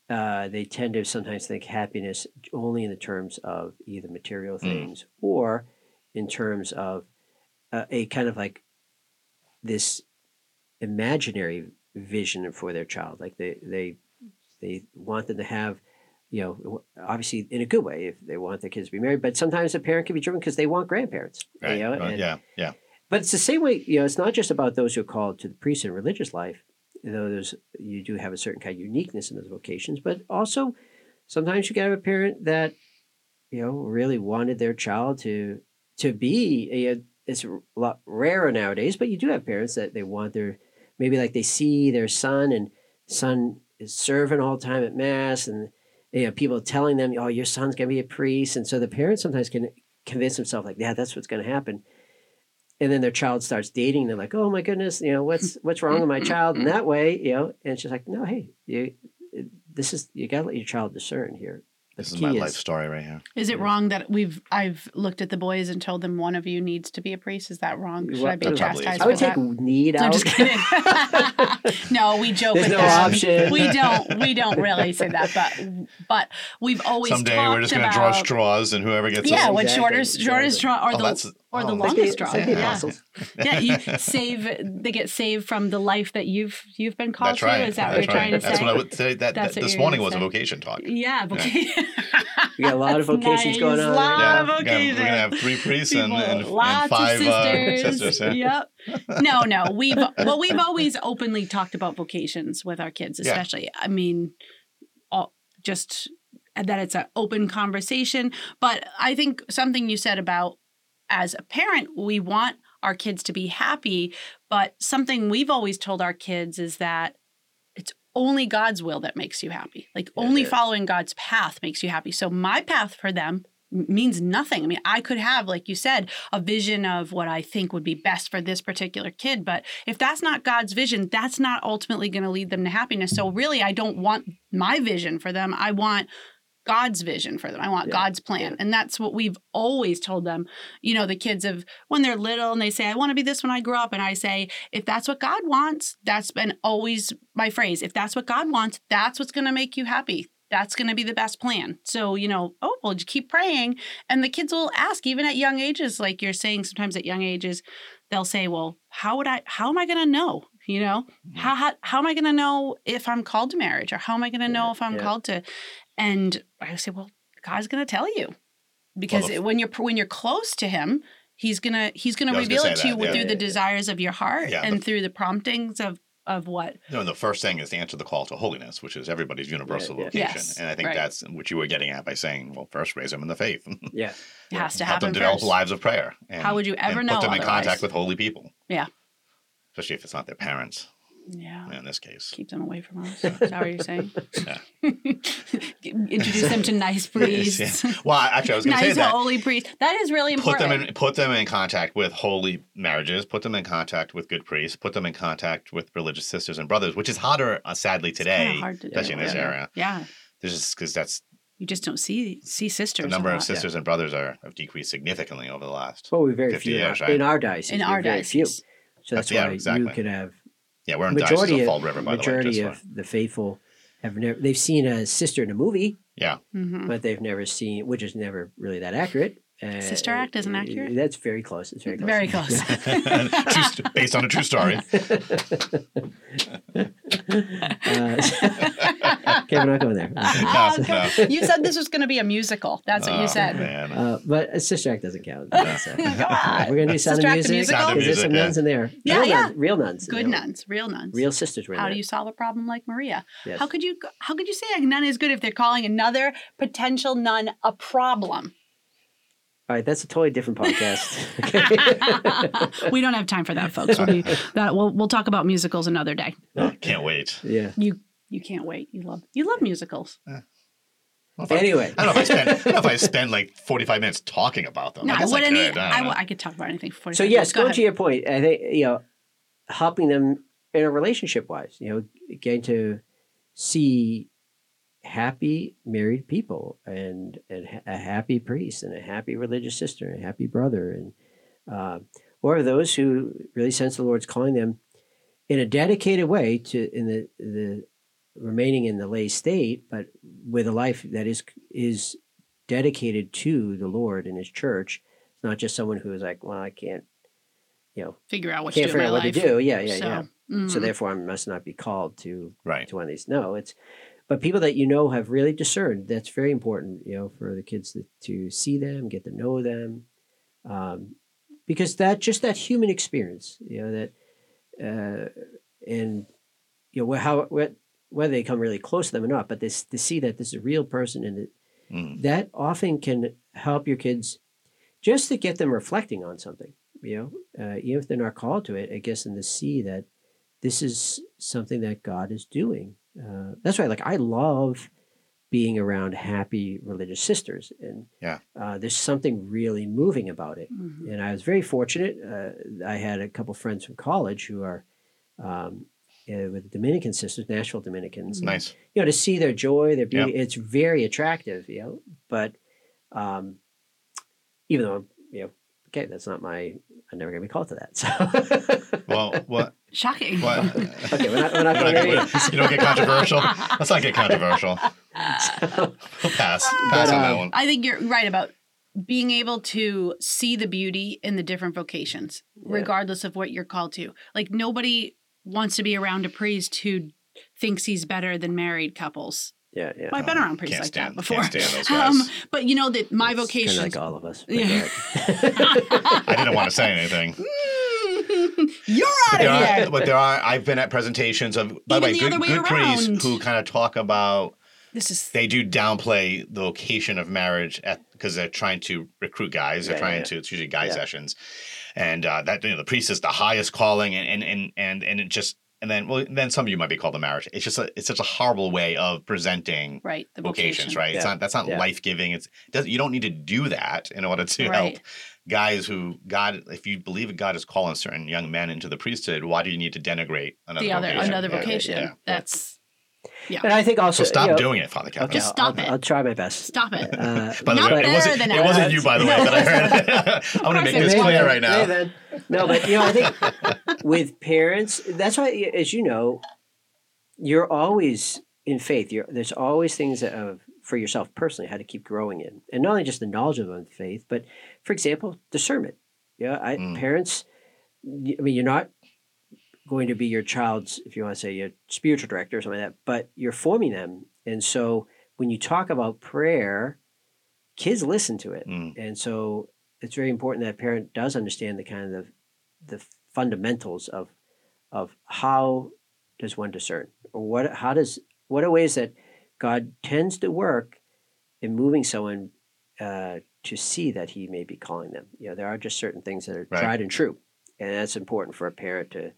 Speaker 2: uh, they tend to sometimes think happiness only in the terms of either material
Speaker 3: Mm.
Speaker 2: things or in terms of uh, a kind of like this imaginary vision for their child. Like they they they want them to have, you know, obviously in a good way if they want their kids to be married. But sometimes a parent can be driven because they want grandparents. you
Speaker 3: Right.
Speaker 2: know,
Speaker 3: Right.
Speaker 2: and-
Speaker 3: yeah. Yeah.
Speaker 2: but it's the same way, you know, it's not just about those who are called to the priest and religious life, though there's you do have a certain kind of uniqueness in those vocations, but also sometimes you can have a parent that, you know, really wanted their child to to be a, it's a lot rarer nowadays, but you do have parents that they want their maybe like they see their son and son is serving all the time at mass and you know, people telling them, Oh, your son's gonna be a priest and so the parents sometimes can convince themselves like, Yeah, that's what's gonna happen and then their child starts dating they're like oh my goodness you know what's what's wrong with my child in that way you know and she's like no hey you this is you gotta let your child discern here the
Speaker 3: This is
Speaker 2: key
Speaker 3: my
Speaker 2: is,
Speaker 3: life story right here.
Speaker 1: is it
Speaker 2: Yeah.
Speaker 1: wrong that we've I've looked at the boys and told them one of you needs to be a priest? Is that wrong? Should I
Speaker 2: Well,
Speaker 1: be
Speaker 2: it
Speaker 3: probably is
Speaker 1: chastised
Speaker 2: i
Speaker 1: for
Speaker 2: would
Speaker 3: wrong.
Speaker 1: that?
Speaker 2: take need
Speaker 1: I'm
Speaker 2: out
Speaker 1: just kidding. no, we joke
Speaker 2: There's
Speaker 1: with
Speaker 2: no
Speaker 1: that.
Speaker 2: option.
Speaker 1: We don't. We don't really say that, but but we've always
Speaker 3: Someday
Speaker 1: talked
Speaker 3: we're just
Speaker 1: about.
Speaker 3: gonna draw straws and whoever gets
Speaker 1: yeah,
Speaker 3: it.
Speaker 1: when
Speaker 2: Exactly,
Speaker 1: shortest shortest draw or
Speaker 3: Oh,
Speaker 1: the
Speaker 3: that's-
Speaker 1: or the
Speaker 3: oh.
Speaker 2: Like
Speaker 1: longest
Speaker 2: the-
Speaker 1: draw.
Speaker 2: like the
Speaker 3: yeah.
Speaker 2: apostles.
Speaker 1: yeah, you save. They get saved from the life that you've you've been called
Speaker 3: That's right.
Speaker 1: to. Is that
Speaker 3: That's
Speaker 1: what you're
Speaker 3: right.
Speaker 1: trying to
Speaker 3: That's
Speaker 1: say?
Speaker 3: what I would say. That,
Speaker 1: That's
Speaker 3: that
Speaker 1: what
Speaker 3: this
Speaker 1: you're
Speaker 3: morning
Speaker 1: gonna
Speaker 3: was a
Speaker 1: say.
Speaker 3: vocation talk.
Speaker 1: yeah, okay.
Speaker 2: we got a lot
Speaker 1: That's
Speaker 2: of
Speaker 1: nice.
Speaker 2: vocations going on right
Speaker 1: Lot
Speaker 2: now.
Speaker 3: Yeah,
Speaker 1: of
Speaker 3: we're, gonna, we're
Speaker 1: vocation.
Speaker 3: gonna have three priests and,
Speaker 1: Ah, People,
Speaker 3: and, and
Speaker 1: lots
Speaker 3: five
Speaker 1: of
Speaker 3: Uh,
Speaker 1: sisters.
Speaker 3: sisters. Yeah.
Speaker 1: Yep. No, no. We've well, we've always openly talked about vocations with our kids,
Speaker 3: Yeah.
Speaker 1: especially. I mean, all, just that it's an open conversation. But I think something you said about as a parent, we want our kids to be happy. But something we've always told our kids is that it's only God's will that makes you happy. Like
Speaker 2: Yeah,
Speaker 1: only
Speaker 2: yeah.
Speaker 1: following God's path makes you happy. So my path for them m- means nothing. I mean, I could have, like you said, a vision of what I think would be best for this particular kid. But if that's not God's vision, that's not ultimately going to lead them to happiness. So really, I don't want my vision for them. I want God's vision for them. I want
Speaker 2: Yeah,
Speaker 1: God's plan.
Speaker 2: yeah.
Speaker 1: And that's what we've always told them. You know, the kids of when they're little and they say, I want to be this when I grow up. And I say, if that's what God wants, that's been always my phrase. If that's what God wants, that's what's going to make you happy. That's going to be the best plan. So, you know, oh, well, just keep praying. And the kids will ask, even at young ages, like you're saying, sometimes at young ages, they'll say, well, how would I, how am I going to know? You know,
Speaker 3: Mm-hmm.
Speaker 1: how, how, how am I going to know if I'm called to marriage or how am I going to know
Speaker 2: Yeah,
Speaker 1: if I'm
Speaker 2: yeah.
Speaker 1: called to? And I say, well, God's going to tell you because
Speaker 3: the-
Speaker 1: it- when you're when you're close to Him, He's gonna He's gonna
Speaker 3: Yeah, I was gonna
Speaker 1: reveal it
Speaker 3: say
Speaker 1: to you
Speaker 3: that, yeah.
Speaker 1: through
Speaker 2: Yeah,
Speaker 1: the
Speaker 2: yeah, yeah.
Speaker 1: desires of your heart
Speaker 3: Yeah,
Speaker 1: and
Speaker 3: the-
Speaker 1: through the promptings of of what.
Speaker 3: No, and the first thing is to answer the call to holiness, which is everybody's universal
Speaker 2: yeah.
Speaker 3: vocation.
Speaker 1: Yes,
Speaker 3: and I think
Speaker 1: right.
Speaker 3: that's what you were getting at by saying, well, first raise them in the faith.
Speaker 2: yeah
Speaker 1: It has to
Speaker 3: Help them
Speaker 1: happen
Speaker 3: develop
Speaker 1: first.
Speaker 3: lives of prayer. And,
Speaker 1: How would you ever
Speaker 3: and
Speaker 1: know
Speaker 3: Put them in
Speaker 1: otherwise?
Speaker 3: contact with holy people.
Speaker 1: Yeah.
Speaker 3: Especially if it's not their parents.
Speaker 1: Yeah.
Speaker 3: in this case.
Speaker 1: Keep them away from us. Is that what you're saying?
Speaker 3: Yeah.
Speaker 1: Introduce them to nice priests.
Speaker 3: Yeah. Well, I- actually, I was going to
Speaker 1: nice
Speaker 3: say that.
Speaker 1: holy priests. That is really
Speaker 3: Put
Speaker 1: important.
Speaker 3: them in put them in contact with holy marriages. Put them in contact with good priests. Put them in contact with religious sisters and brothers, which is harder, uh, sadly,
Speaker 1: Kinda
Speaker 3: today,
Speaker 1: hard to do,
Speaker 3: especially in this
Speaker 1: yeah.
Speaker 3: area.
Speaker 1: Yeah.
Speaker 3: There's just because that's
Speaker 1: You just don't see see sisters.
Speaker 3: the
Speaker 1: a
Speaker 3: number of
Speaker 1: lot.
Speaker 3: sisters and brothers are have decreased significantly over the last.
Speaker 2: Well, we're very
Speaker 3: 50
Speaker 2: few in
Speaker 3: years,
Speaker 2: our-
Speaker 3: right?
Speaker 2: in our diocese.
Speaker 1: in our
Speaker 2: we're very few.
Speaker 1: diocese.
Speaker 2: So that's,
Speaker 3: That's- yeah,
Speaker 2: why you
Speaker 3: exactly.
Speaker 2: could have
Speaker 3: Yeah, we're in diocese
Speaker 2: majority
Speaker 3: of
Speaker 2: of,
Speaker 3: Fall River, by the way.
Speaker 2: majority
Speaker 3: just
Speaker 2: of
Speaker 3: for-
Speaker 2: the faithful have never they've seen a sister in a movie,
Speaker 3: Yeah,
Speaker 1: Mhm.
Speaker 2: but they've never seen, which is never really that accurate. Uh,
Speaker 1: Sister Act isn't accurate?
Speaker 2: That's very close. It's very close.
Speaker 1: Very close.
Speaker 3: True st- based on a true story.
Speaker 2: uh, okay, we're not going there.
Speaker 1: Ah,
Speaker 3: No,
Speaker 1: okay. You said this was going to be a musical. That's what
Speaker 3: Oh,
Speaker 1: you said.
Speaker 3: man.
Speaker 2: Uh, but a sister act doesn't count. So.
Speaker 1: Come on.
Speaker 2: We're gonna do sound
Speaker 1: Sister
Speaker 2: of
Speaker 1: Act Uh, the
Speaker 2: music.
Speaker 1: musical? Sound
Speaker 3: of
Speaker 2: 'cause There's some
Speaker 3: music, yeah.
Speaker 2: nuns in there.
Speaker 1: Yeah,
Speaker 2: real
Speaker 1: yeah.
Speaker 2: Nuns, real nuns. in
Speaker 1: Good
Speaker 2: there.
Speaker 1: nuns, real nuns.
Speaker 2: Real sisters were in
Speaker 1: how
Speaker 2: there.
Speaker 1: do you solve a problem like Maria?
Speaker 2: Yes.
Speaker 1: How could you how could you say a nun is good if they're calling another potential nun a problem?
Speaker 2: All right, that's a totally different podcast.
Speaker 1: we don't have time for that, folks. We'll, be, that, we'll, we'll talk about musicals another day.
Speaker 3: Can't wait.
Speaker 2: yeah.
Speaker 1: You you can't wait. You love you love musicals.
Speaker 3: I don't know if I-
Speaker 2: Anyway,
Speaker 3: I don't know if I spend. I don't know if I spend like forty-five minutes talking about them.
Speaker 1: No,
Speaker 3: I
Speaker 1: I
Speaker 3: guess I
Speaker 1: wouldn't.
Speaker 3: could.
Speaker 1: need-
Speaker 3: I
Speaker 1: I,
Speaker 3: don't
Speaker 1: w-
Speaker 3: know.
Speaker 1: I could talk about anything for 45
Speaker 2: so yes,
Speaker 1: minutes. Go
Speaker 2: going
Speaker 1: ahead.
Speaker 2: to your point, I think you know, helping them in a relationship wise, you know, getting to see happy married people and and ha- a happy priest and a happy religious sister and a happy brother and uh, or those who really sense the Lord's calling them in a dedicated way to in the the remaining in the lay state, but with a life that is is dedicated to the Lord and His church. It's not just someone who is like, well, I can't, you know,
Speaker 1: figure out what
Speaker 2: can't
Speaker 1: to do
Speaker 2: figure
Speaker 1: with
Speaker 2: out
Speaker 1: my life.
Speaker 2: what to do. Yeah, yeah,
Speaker 1: so,
Speaker 2: yeah.
Speaker 1: mm.
Speaker 2: So therefore, I must not be called to
Speaker 3: Right.
Speaker 2: to one of these. No, it's but people that you know have really discerned. That's very important, you know, for the kids to, to see them, get to know them, um, because that just that human experience, you know, that uh, and you know wh- how what whether they come really close to them or not, but this to see that this is a real person and that,
Speaker 3: Mm.
Speaker 2: that often can help your kids just to get them reflecting on something you know uh, even if they're not called to it i guess in the see that this is something that god is doing uh, that's why like i love being around happy religious sisters and
Speaker 3: Yeah.
Speaker 2: uh, there's something really moving about it
Speaker 1: Mhm.
Speaker 2: and I was very fortunate. Uh, I had a couple friends from college who are um, uh, with Dominican sisters, Nashville Dominicans.
Speaker 3: It's nice.
Speaker 2: You know, to see their joy, their beauty, it's very attractive. You know, but um, even though you know, okay, that's not my. I'm never going to be called to that. So
Speaker 3: Well, what?
Speaker 1: Shocking.
Speaker 3: what
Speaker 2: okay, we're not, we're not
Speaker 3: We're
Speaker 2: going there.
Speaker 3: not gonna-
Speaker 2: yet.
Speaker 3: you don't get controversial. Let's not get controversial. We'll pass. Pass
Speaker 2: But,
Speaker 3: on that
Speaker 2: uh,
Speaker 3: one.
Speaker 1: I think you're right about being able to see the beauty in the different vocations, regardless of what you're called to. Like nobody wants to be around a priest who thinks he's better than married couples.
Speaker 2: Yeah, yeah.
Speaker 1: Well, I've been
Speaker 3: Oh,
Speaker 1: around priests like
Speaker 3: can't stand-
Speaker 1: that before. Um,
Speaker 3: can't stand those guys.
Speaker 1: but you know that my
Speaker 2: It's kinda
Speaker 1: vocation.
Speaker 2: like all of us. but
Speaker 1: Yeah.
Speaker 2: go ahead.
Speaker 3: I didn't want to say anything.
Speaker 1: you're out
Speaker 3: But there,
Speaker 1: of here.
Speaker 3: are, but there are. I've been at presentations of by the way,
Speaker 1: Even the
Speaker 3: good,
Speaker 1: other way
Speaker 3: good
Speaker 1: around.
Speaker 3: priests who kind of talk about
Speaker 1: This is
Speaker 3: they do downplay the location of marriage at because they're trying to recruit guys. They're
Speaker 2: Yeah, yeah,
Speaker 3: trying
Speaker 2: yeah.
Speaker 3: to. It's usually guy
Speaker 2: Yeah.
Speaker 3: sessions, and uh, that you know the priest is the highest calling, and and and and and it just and then well then some of you might be called a marriage. It's just a, it's such a horrible way of presenting
Speaker 1: right. The
Speaker 3: vocations,
Speaker 1: vocation.
Speaker 3: right? It's
Speaker 2: Yeah.
Speaker 3: not that's not
Speaker 2: Yeah.
Speaker 3: life giving. It's it doesn't you don't need to do that in order to
Speaker 1: Right.
Speaker 3: help guys who God if you believe God is calling certain young men into the priesthood, why do you need to denigrate another
Speaker 1: The other
Speaker 3: vocation?
Speaker 1: another
Speaker 3: Yeah, yeah,
Speaker 1: vocation.
Speaker 3: yeah.
Speaker 1: That's
Speaker 2: and I think also
Speaker 3: So stop
Speaker 2: you know,
Speaker 3: doing it, Father Kevin.
Speaker 2: Okay,
Speaker 1: Just stop
Speaker 2: I'll,
Speaker 1: it.
Speaker 2: I'll try my best.
Speaker 1: stop it.
Speaker 2: Uh,
Speaker 3: By the
Speaker 1: Not
Speaker 3: way, it
Speaker 1: better
Speaker 3: wasn't,
Speaker 1: than
Speaker 3: it
Speaker 1: I
Speaker 3: wasn't
Speaker 2: was.
Speaker 3: you, by the way, that I heard. I want to
Speaker 1: course
Speaker 3: make
Speaker 1: it
Speaker 3: this
Speaker 1: wasn't.
Speaker 3: clear right
Speaker 2: Hey,
Speaker 3: now.
Speaker 2: then. No, but you know, I think with parents, that's why, as you know, you're always in faith. You're, there's always things that, uh, for yourself personally how to keep growing in, and not only just the knowledge of them in faith, but for example, discernment. Yeah, I,
Speaker 3: Mm.
Speaker 2: parents. y- I mean, you're not going to be your child's, if you want to say, your spiritual director or something like that, but you're forming them, and so when you talk about prayer, kids listen to it.
Speaker 3: Mm,
Speaker 2: Um, And so it's very important that a parent does understand the kind of the fundamentals of of how does one discern or what how does what are ways that God tends to work in moving someone uh, to see that he may be calling them. You know, there are just certain things that are
Speaker 3: Right.
Speaker 2: tried and true. And that's important for a parent to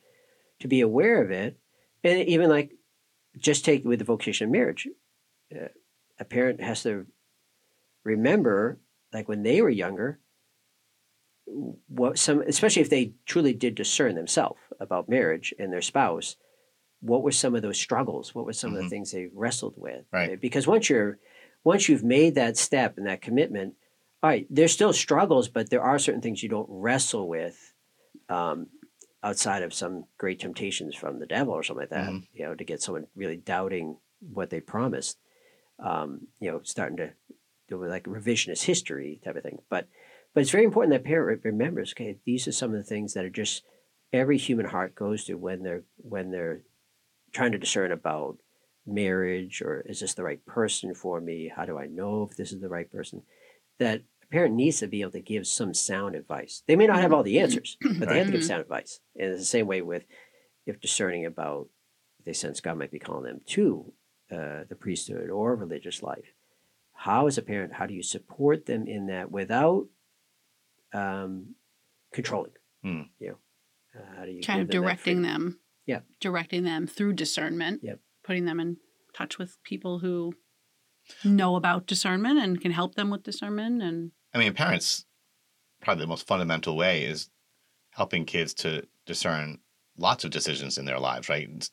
Speaker 2: to be aware of it and even like just take with the vocation of marriage uh, a parent has to remember like when they were younger what some especially if they truly did discern themselves about marriage and their spouse what were some of those struggles what were some of
Speaker 3: Mhm.
Speaker 2: the things they wrestled with
Speaker 3: Right.
Speaker 2: because once you're once you've made that step and that commitment all right there's still struggles but there are certain things you don't wrestle with um, outside of some great temptations from the devil or something like that
Speaker 3: Mhm.
Speaker 2: you know to get someone really doubting what they promised um, you know starting to do like revisionist history type of thing but but it's very important that parent re- remembers okay these are some of the things that are just every human heart goes through when they're when they're trying to discern about marriage or is this the right person for me how do i know if this is the right person that a parent needs to be able to give some sound advice they may not have all the answers but they have to give
Speaker 1: Right.
Speaker 2: sound advice and it's the same way with if discerning about they sense god might be calling them to uh, the priesthood or religious life how as a parent how do you support them in that without um, controlling
Speaker 3: Hmm.
Speaker 2: you know, uh, how do you
Speaker 1: kind of
Speaker 2: give them that
Speaker 1: directing
Speaker 2: freedom?
Speaker 1: them.
Speaker 2: Yeah.
Speaker 1: Directing them through discernment.
Speaker 2: Yep.
Speaker 1: Putting them in touch with people who know about discernment and can help them with discernment and
Speaker 3: I mean, parents probably the most fundamental way is helping kids to discern lots of decisions in their lives, right? It's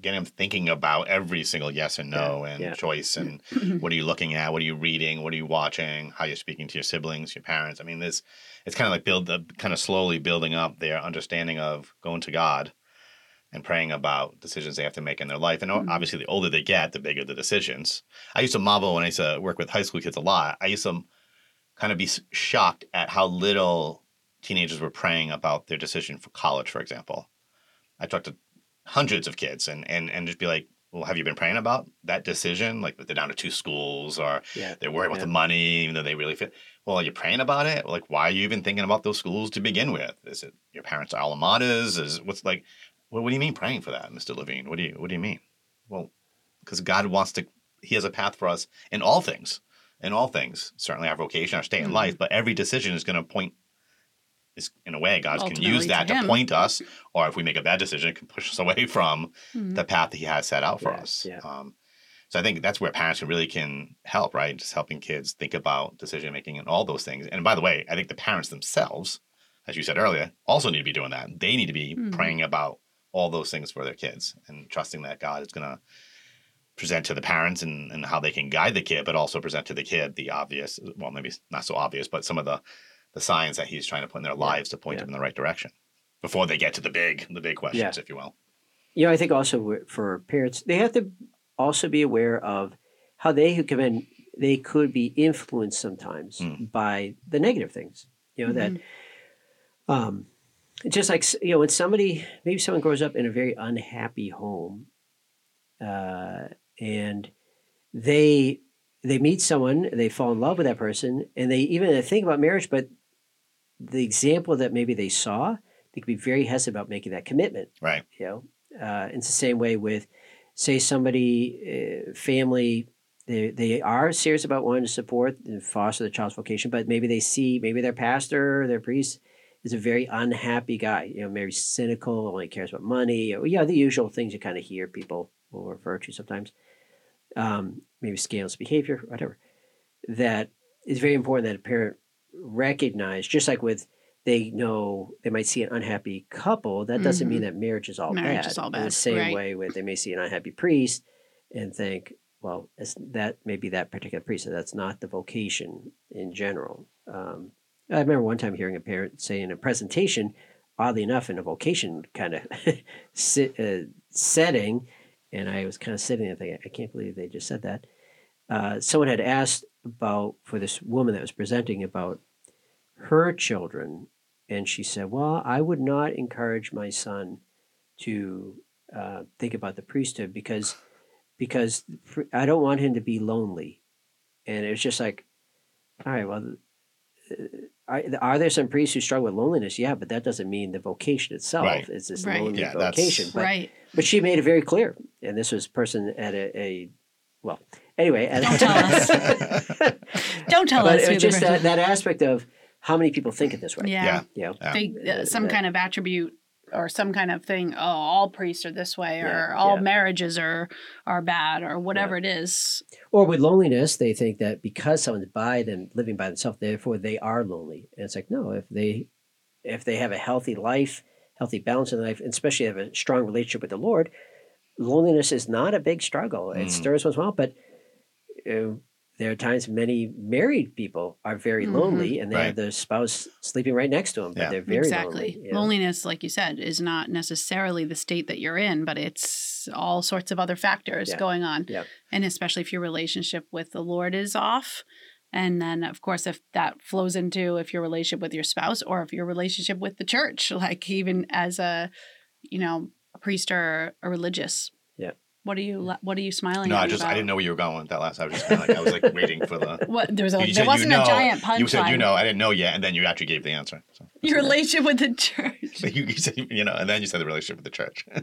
Speaker 3: Getting them thinking about every single yes and no
Speaker 2: Yeah,
Speaker 3: and
Speaker 2: yeah.
Speaker 3: choice and what are you looking at, what are you reading, what are you watching, how you're speaking to your siblings, your parents. I mean, this it's kind of like build the kind of slowly building up their understanding of going to God and praying about decisions they have to make in their life. And
Speaker 2: Mm-hmm.
Speaker 1: Mhm.
Speaker 3: obviously, the older they get, the bigger the decisions. I used to marvel when I used to work with high school kids a lot. I used to kind of be s- shocked at how little teenagers were praying about their decision for college, for example. I talked to hundreds of kids and and and just be like, well, have you been praying about that decision? Like they're down to two schools or
Speaker 2: yeah
Speaker 3: they're worried about
Speaker 2: Yeah.
Speaker 3: the money, even though they really fit. Well, you're praying about it. Like, why are you even thinking about those schools to begin with? Is it your parents' alma maters? Is what's like? Well, what do you mean praying for that, Mister Levine? What do you What do you mean? Well, because God wants to. He has a path for us in all things. In all things, certainly our vocation, our state in
Speaker 1: Mhm.
Speaker 3: life, but every decision is going to point. Is in a way God can
Speaker 1: Ultimately
Speaker 3: use that
Speaker 1: to
Speaker 3: to,
Speaker 1: him.
Speaker 3: point us, or if we make a bad decision, it can push us away from
Speaker 1: hmm.
Speaker 3: the path that he has set out for
Speaker 2: Mm-hmm. Yeah,
Speaker 3: us.
Speaker 2: yeah.
Speaker 3: Um, so I think that's where parents can really can help, right? Just helping kids think about decision making and all those things. And by the way, I think the parents themselves, as you said earlier, also need to be doing that. They need to be
Speaker 2: Mm-hmm.
Speaker 1: Mhm.
Speaker 3: praying about all those things for their kids and trusting that God is going to present to the parents and, and how they can guide the kid, but also present to the kid the obvious, well, maybe not so obvious, but some of the the signs that he's trying to put in their lives to point
Speaker 2: yeah.
Speaker 3: them in the right direction before they get to the big the big questions, if you will.
Speaker 2: you know, I think also w- for parents, they have to also be aware of how they could come in. They could be influenced sometimes
Speaker 3: Mm.
Speaker 2: by the negative things. You know that, um, it's just like s- you know, when somebody maybe someone grows up in a very unhappy home, uh, and they they meet someone, they fall in love with that person, and they even think about marriage, but the example that maybe they saw, they could be very hesitant about making that commitment
Speaker 3: Right.
Speaker 2: you know uh, it's the same way with say somebody uh, family they, they are serious about wanting to support and foster the child's vocation but maybe they see maybe their pastor their priest is a very unhappy guy you know maybe cynical only cares about money or, yeah the usual things you kind of hear people will refer to sometimes um, maybe scandalous behavior whatever that is very important that a parent recognize just like with they know they might see an unhappy couple that doesn't mean
Speaker 1: Mhm.
Speaker 2: that marriage is all
Speaker 1: Marriage
Speaker 2: bad
Speaker 1: is all
Speaker 2: In the
Speaker 1: bad,
Speaker 2: same
Speaker 1: right.
Speaker 2: way with they may see an unhappy priest and think well it's that may be that particular priest so that's not the vocation in general um, i remember one time hearing a parent say in a presentation oddly enough in a vocation kind of sit, uh, setting and i was kind of sitting there thinking i can't believe they just said that uh, someone had asked about for this woman that was presenting about her children, and she said, "Well, I would not encourage my son to uh, think about the priesthood because because pr- I don't want him to be lonely." And it was just like, all right, well. uh, Are, are there some priests who struggle with loneliness? Yeah, but that doesn't mean the vocation itself
Speaker 3: Right.
Speaker 2: is this
Speaker 1: Right.
Speaker 2: lonely
Speaker 3: Yeah, that's-
Speaker 2: vocation. But,
Speaker 1: right.
Speaker 2: but she made it very clear, and this was a person at a, a well, anyway. at-
Speaker 1: Don't tell us. Don't tell
Speaker 2: but
Speaker 1: us.
Speaker 2: it
Speaker 1: who
Speaker 2: was
Speaker 1: the
Speaker 2: just
Speaker 1: person-
Speaker 2: that, that aspect of how many people think it this way.
Speaker 1: yeah.
Speaker 3: Yeah.
Speaker 2: You know,
Speaker 3: Yeah.
Speaker 1: They, uh, some
Speaker 2: That-
Speaker 1: kind of attribute or some kind of thing. Oh, all priests are this way, or
Speaker 2: Yeah,
Speaker 1: all
Speaker 2: yeah.
Speaker 1: marriages are are bad, or whatever it is.
Speaker 2: Or with loneliness, they think that because someone's by them living by themselves, therefore they are lonely. And it's like, no, if they if they have a healthy life, healthy balance in life, and especially have a strong relationship with the Lord, loneliness is not a big struggle. It
Speaker 3: Mm.
Speaker 2: stirs one's out, but uh, there are times many married people are very
Speaker 1: Mhm.
Speaker 2: lonely and they have
Speaker 3: Mm-hmm. Right.
Speaker 2: their spouse sleeping right next to them, but
Speaker 3: Yeah.
Speaker 2: they're very
Speaker 1: exactly.
Speaker 2: lonely. Yeah.
Speaker 1: Loneliness, like you said, is not necessarily the state that you're in, but it's all sorts of other factors
Speaker 2: Yeah.
Speaker 1: going on.
Speaker 2: Yeah.
Speaker 1: And especially if your relationship with the Lord is off. And then, of course, if that flows into if your relationship with your spouse or if your relationship with the church, like even as a, you know, a priest or a religious.
Speaker 2: Yeah.
Speaker 1: What are you? What are you smiling?
Speaker 3: No,
Speaker 1: at
Speaker 3: I
Speaker 1: me
Speaker 3: just
Speaker 1: about?
Speaker 3: I didn't know where you were going with that last. I was just kind of like I was like waiting for the.
Speaker 1: What there was a,
Speaker 3: You said
Speaker 1: there
Speaker 3: you
Speaker 1: wasn't
Speaker 3: know.
Speaker 1: a giant punchline.
Speaker 3: You said you know I didn't know yet, and then you actually gave the answer. So
Speaker 1: your relationship with the church.
Speaker 3: you, you said you know, and then you said the relationship with the church. I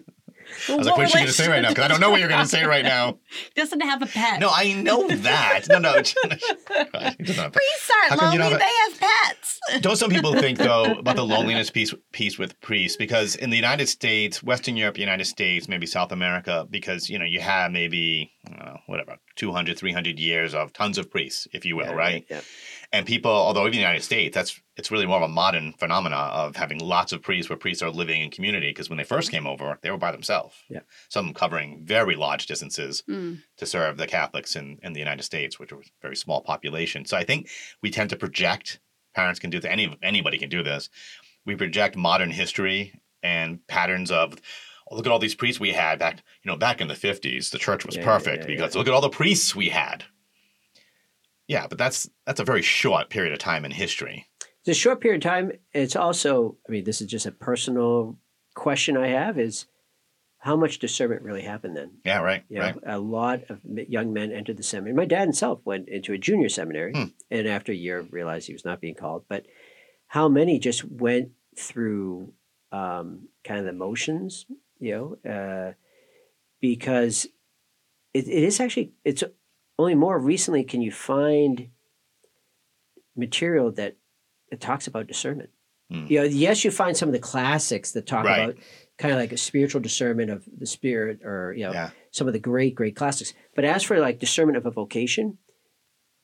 Speaker 1: Well,
Speaker 3: was like, what is she going to say
Speaker 1: relationship
Speaker 3: right now? Because I don't know what you're going to say right now.
Speaker 1: Doesn't have a pet.
Speaker 3: No, I know that. No, no. it's- it's not-
Speaker 1: priests
Speaker 3: How
Speaker 1: aren't
Speaker 3: come
Speaker 1: lonely.
Speaker 3: you don't have
Speaker 1: they have pets.
Speaker 3: Don't some people think though about the loneliness piece piece with priests? Because in the United States, Western Europe, United States, maybe South America, because you know you have maybe I don't know, whatever 200, 300 years of tons of priests, if you will, right?
Speaker 2: Yeah.
Speaker 3: And people, although even in the United States, that's it's really more of a modern phenomena of having lots of priests where priests are living in community. Because when they first came over, they were by themselves.
Speaker 2: Yeah.
Speaker 3: Some covering very large distances
Speaker 1: Mm,
Speaker 3: to serve the Catholics in, in the United States, which was a very small population. So I think we tend to project parents can do that. Any anybody can do this. We project modern history and patterns of oh, look at all these priests we had back you know back in the fifties. The church was
Speaker 2: Yeah, yeah,
Speaker 3: perfect
Speaker 2: yeah,
Speaker 3: because look at all the priests we had. Yeah, but that's that's a very short period of time in history.
Speaker 2: It's a short period of time. It's also, I mean, this is just a personal question I have is how much discernment really happened then?
Speaker 3: Yeah, right.
Speaker 2: You know,
Speaker 3: Right.
Speaker 2: a lot of m- young men entered the seminary. My dad himself went into a junior seminary
Speaker 3: Hmm.
Speaker 2: and after a year realized he was not being called. But how many just went through um, kind of the motions, you know, uh, because it, it is actually, it's only more recently can you find material that, that talks about discernment.
Speaker 3: Hmm.
Speaker 2: You know, yes, you find some of the classics that talk
Speaker 3: Right.
Speaker 2: about kind of like a spiritual discernment of the spirit or, you know,
Speaker 3: Yeah.
Speaker 2: some of the great, great classics. But as for like discernment of a vocation,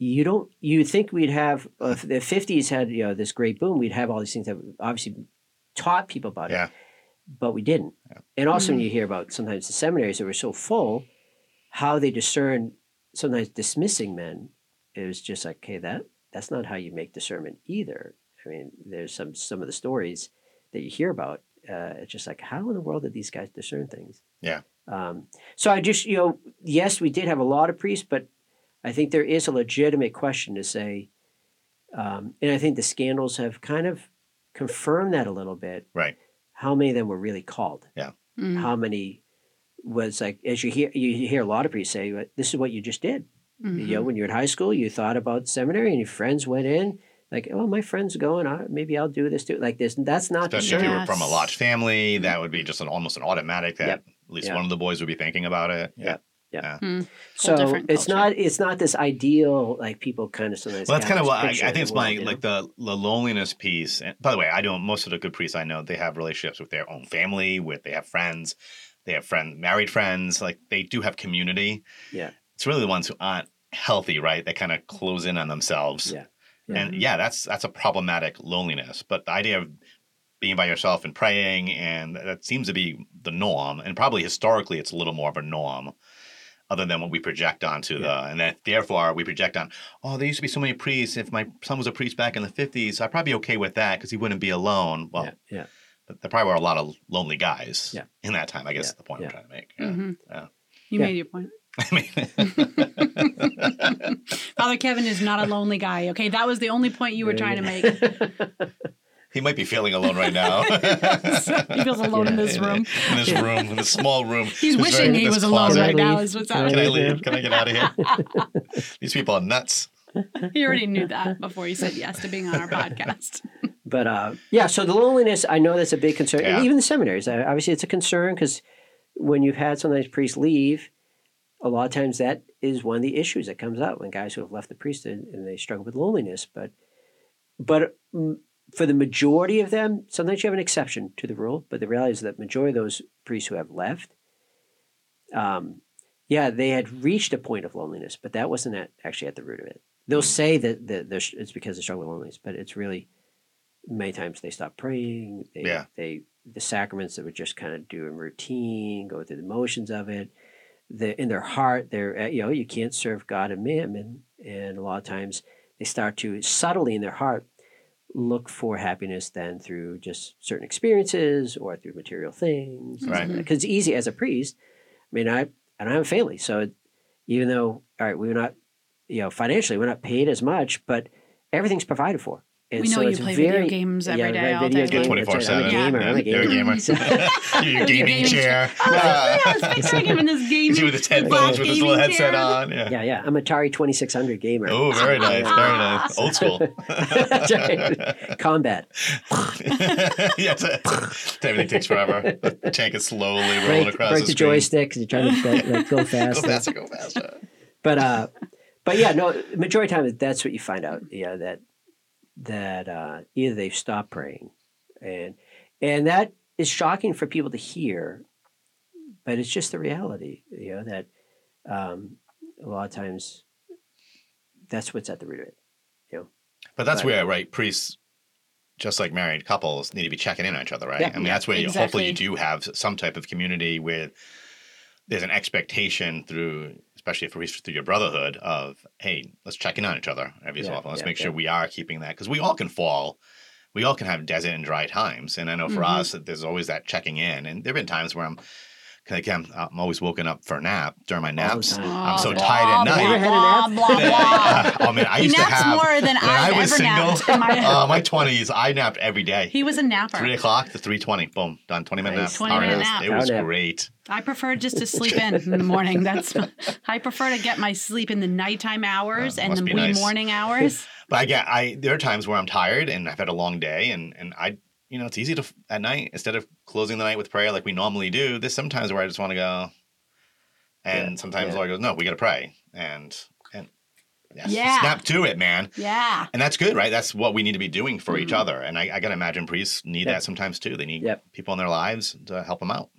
Speaker 2: you don't. You think we'd have uh, if the fifties had you know this great boom? We'd have all these things that obviously taught people about
Speaker 3: Yeah.
Speaker 2: it, but we didn't. And also, when
Speaker 1: Mhm.
Speaker 2: you hear about sometimes the seminaries that were so full, how they discern sometimes dismissing men, it was just like, okay, that that's not how you make discernment either. I mean, there's some some of the stories that you hear about. Uh, it's just like, how in the world did these guys discern things?
Speaker 3: Yeah.
Speaker 2: Um, so I just, you know, yes, we did have a lot of priests, but I think there is a legitimate question to say, um, and I think the scandals have kind of confirmed that a little bit.
Speaker 3: Right.
Speaker 2: How many of them were really called?
Speaker 1: Mm,
Speaker 2: How many was like, as you hear, you hear a lot of priests say, "This is what you just did."
Speaker 1: mhm.
Speaker 2: You know, when you were in high school, you thought about seminary, and your friends went in. Like, oh, my friend's going. I, maybe I'll do this too. Like this, that's not
Speaker 3: Especially if you
Speaker 2: discernment.
Speaker 3: were from a large family, that would be just an almost an automatic that
Speaker 2: Mm-hmm. Yep.
Speaker 3: at least
Speaker 2: Yeah.
Speaker 3: one of the boys would be thinking about it. Yeah.
Speaker 2: Yep.
Speaker 1: Whole
Speaker 2: So
Speaker 1: different
Speaker 2: it's
Speaker 1: culture.
Speaker 2: not it's not this ideal like people kind of sometimes.
Speaker 3: Well, that's
Speaker 2: have
Speaker 3: kind of
Speaker 2: this
Speaker 3: what I, I
Speaker 2: picture
Speaker 3: think. It's
Speaker 2: of the
Speaker 3: my
Speaker 2: world, you
Speaker 3: like the, the loneliness piece. And by the way, I don't. Most of the good priests I know, they have relationships with their own family, with they have friends, they have friend married friends. Like they do have community.
Speaker 2: Yeah.
Speaker 3: it's really the ones who aren't healthy, right? They kind of close in on themselves.
Speaker 2: Yeah.
Speaker 3: and
Speaker 2: Mm-hmm.
Speaker 3: yeah, that's that's a problematic loneliness. But the idea of being by yourself and praying, and that seems to be the norm. And probably historically, it's a little more of a norm. Other than what we project onto the, and that therefore we project on oh, there used to be so many priests. If my son was a priest back in the 50s, I'd probably be okay with that because he wouldn't be alone.
Speaker 2: know?
Speaker 3: Well,
Speaker 2: yeah, yeah.
Speaker 3: but there probably were a lot of lonely guys
Speaker 2: Yeah.
Speaker 3: in that time, I guess
Speaker 2: Yeah,
Speaker 3: is the point
Speaker 2: yeah. Mm-hmm.
Speaker 1: Mhm.
Speaker 3: I'm trying to make. Yeah.
Speaker 1: You
Speaker 2: Yeah.
Speaker 1: made your point.
Speaker 3: I mean,
Speaker 1: Father Kevin is not a lonely guy. Okay, that was the only point you were
Speaker 2: There
Speaker 1: trying to
Speaker 2: you
Speaker 1: make.
Speaker 3: he might be feeling alone right now.
Speaker 1: he feels alone in this room.
Speaker 3: In this room, in this small room.
Speaker 1: He's
Speaker 3: This
Speaker 1: wishing
Speaker 3: very-
Speaker 1: he
Speaker 3: this
Speaker 1: was alone
Speaker 3: closet.
Speaker 1: right
Speaker 2: Can I
Speaker 1: now.
Speaker 2: leave?
Speaker 1: Is what's
Speaker 2: Can I
Speaker 1: happening.
Speaker 3: Can I leave? Can I get out of here? These people are nuts.
Speaker 1: He already knew that before he said yes to being on our podcast.
Speaker 2: But uh, yeah, so the loneliness, I know that's a big concern.
Speaker 3: Yeah.
Speaker 2: And even the seminaries, uh, obviously, it's a concern because when you've had some of these priests leave, a lot of times that is one of the issues that comes up when guys who have left the priesthood and they struggle with loneliness. But but mm, for the majority of them, sometimes you have an exception to the rule, but the reality is that majority of those priests who have left, um, yeah, they had reached a point of loneliness, but that wasn't at, actually at the root of it. They'll say that, that they're, it's because they struggle with loneliness, but it's really many times they stop praying. They,
Speaker 3: Yeah.
Speaker 2: they the sacraments that were just kind of doing routine, go through the motions of it. The, in their heart, they're uh, you know you can't serve God and mammon, and a lot of times they start to subtly in their heart look for happiness then through just certain experiences or through material things.
Speaker 3: Right.
Speaker 1: Mm-hmm.
Speaker 2: Because it's easy as a priest. I mean, I I don't have a family, so it, even though all right, we're not you know financially we're not paid as much, but everything's provided for. And
Speaker 1: we know
Speaker 2: so
Speaker 1: you
Speaker 2: it's
Speaker 1: play
Speaker 2: very,
Speaker 1: video games every
Speaker 2: yeah,
Speaker 1: day,
Speaker 2: right,
Speaker 1: all
Speaker 2: video
Speaker 1: day.
Speaker 3: Get
Speaker 2: games.
Speaker 1: long.
Speaker 2: Twenty-
Speaker 3: 24 7.
Speaker 2: I'm a gamer, I'm a
Speaker 3: You're a gamer.
Speaker 1: gamer.
Speaker 3: You're a gaming
Speaker 1: gaming
Speaker 3: chair.
Speaker 1: Oh,
Speaker 3: Ah.
Speaker 1: yeah, it's picturing him in this gaming.
Speaker 3: See with his headphones, with his
Speaker 1: gaming
Speaker 3: little headset
Speaker 1: chair.
Speaker 3: on. Yeah.
Speaker 2: Yeah, yeah. I'm Atari 2600 gamer.
Speaker 3: Oh, very nice. Very nice. Old school.
Speaker 2: That's right. Combat.
Speaker 3: yeah, it's a- everything takes forever. The tank is slowly rolling
Speaker 2: Break,
Speaker 3: across
Speaker 2: break
Speaker 3: the,
Speaker 2: the
Speaker 3: screen.
Speaker 2: joystick. 'cause You're trying to like, like, go
Speaker 3: Go
Speaker 2: faster.
Speaker 3: faster, go faster.
Speaker 2: But uh, but yeah, no. Majority of time, that's what you find out. Yeah, that that uh, either they've stopped praying, and and that is shocking for people to hear, but it's just the reality. You know that um, a lot of times that's what's at the root of it.
Speaker 3: But that's
Speaker 2: Right.
Speaker 3: where, right, priests, just like married couples, need to be checking in on each other, right?
Speaker 2: Yeah.
Speaker 3: I mean, that's where you, hopefully you
Speaker 1: Exactly.
Speaker 3: do have some type of community where there's an expectation through, especially for priests through your brotherhood, of, hey, let's check in on each other every so
Speaker 2: Yeah,
Speaker 3: often. Let's
Speaker 2: yeah,
Speaker 3: make sure
Speaker 2: yeah.
Speaker 3: we are keeping that. Because we all can fall. We all can have desert and dry times. And I know for
Speaker 1: Mhm.
Speaker 2: Mm-hmm.
Speaker 3: us that there's always that checking in. And there have been times where I'm, 'cause again, I'm always woken up for a nap during my
Speaker 2: the
Speaker 3: naps.
Speaker 2: time.
Speaker 3: I'm so
Speaker 1: Blah,
Speaker 3: tired at
Speaker 1: blah,
Speaker 3: night.
Speaker 2: You ever had a nap?
Speaker 1: Blah, blah, blah.
Speaker 3: oh man, I
Speaker 1: he
Speaker 3: used to
Speaker 1: naps
Speaker 3: have
Speaker 1: more than
Speaker 3: when I
Speaker 1: I've
Speaker 3: was
Speaker 1: ever
Speaker 3: single,
Speaker 1: napped in my
Speaker 3: uh, my twenties, I napped every day.
Speaker 1: He was a
Speaker 3: Three
Speaker 1: napper.
Speaker 3: o'clock to three twenty. Boom, done. Twenty minute
Speaker 2: Nice.
Speaker 3: nap.
Speaker 1: 20
Speaker 3: hour
Speaker 1: minute nap.
Speaker 3: It was
Speaker 2: Power nap.
Speaker 3: great.
Speaker 1: I prefer just to sleep in in the morning. That's I prefer to get my sleep in the nighttime hours
Speaker 3: Uh,
Speaker 1: and
Speaker 3: must
Speaker 1: the
Speaker 3: be
Speaker 1: wee
Speaker 3: nice.
Speaker 1: morning hours.
Speaker 3: But I get. I there are times where I'm tired and I've had a long day, and and I, you know, it's easy to f- at night instead of closing the night with prayer like we normally do. There's sometimes where I just want to go, and
Speaker 2: Yeah,
Speaker 3: sometimes
Speaker 2: yeah.
Speaker 3: Laura goes, "No, we got to pray," and and
Speaker 1: Yeah.
Speaker 3: snap to it, man.
Speaker 1: Yeah.
Speaker 3: And that's good, right? That's what we need to be doing for each
Speaker 1: Mhm.
Speaker 3: other. And I, I got to imagine priests need
Speaker 2: Mm-hmm. Yep.
Speaker 3: that sometimes too. They need
Speaker 2: Yep.
Speaker 3: people in their lives to help them out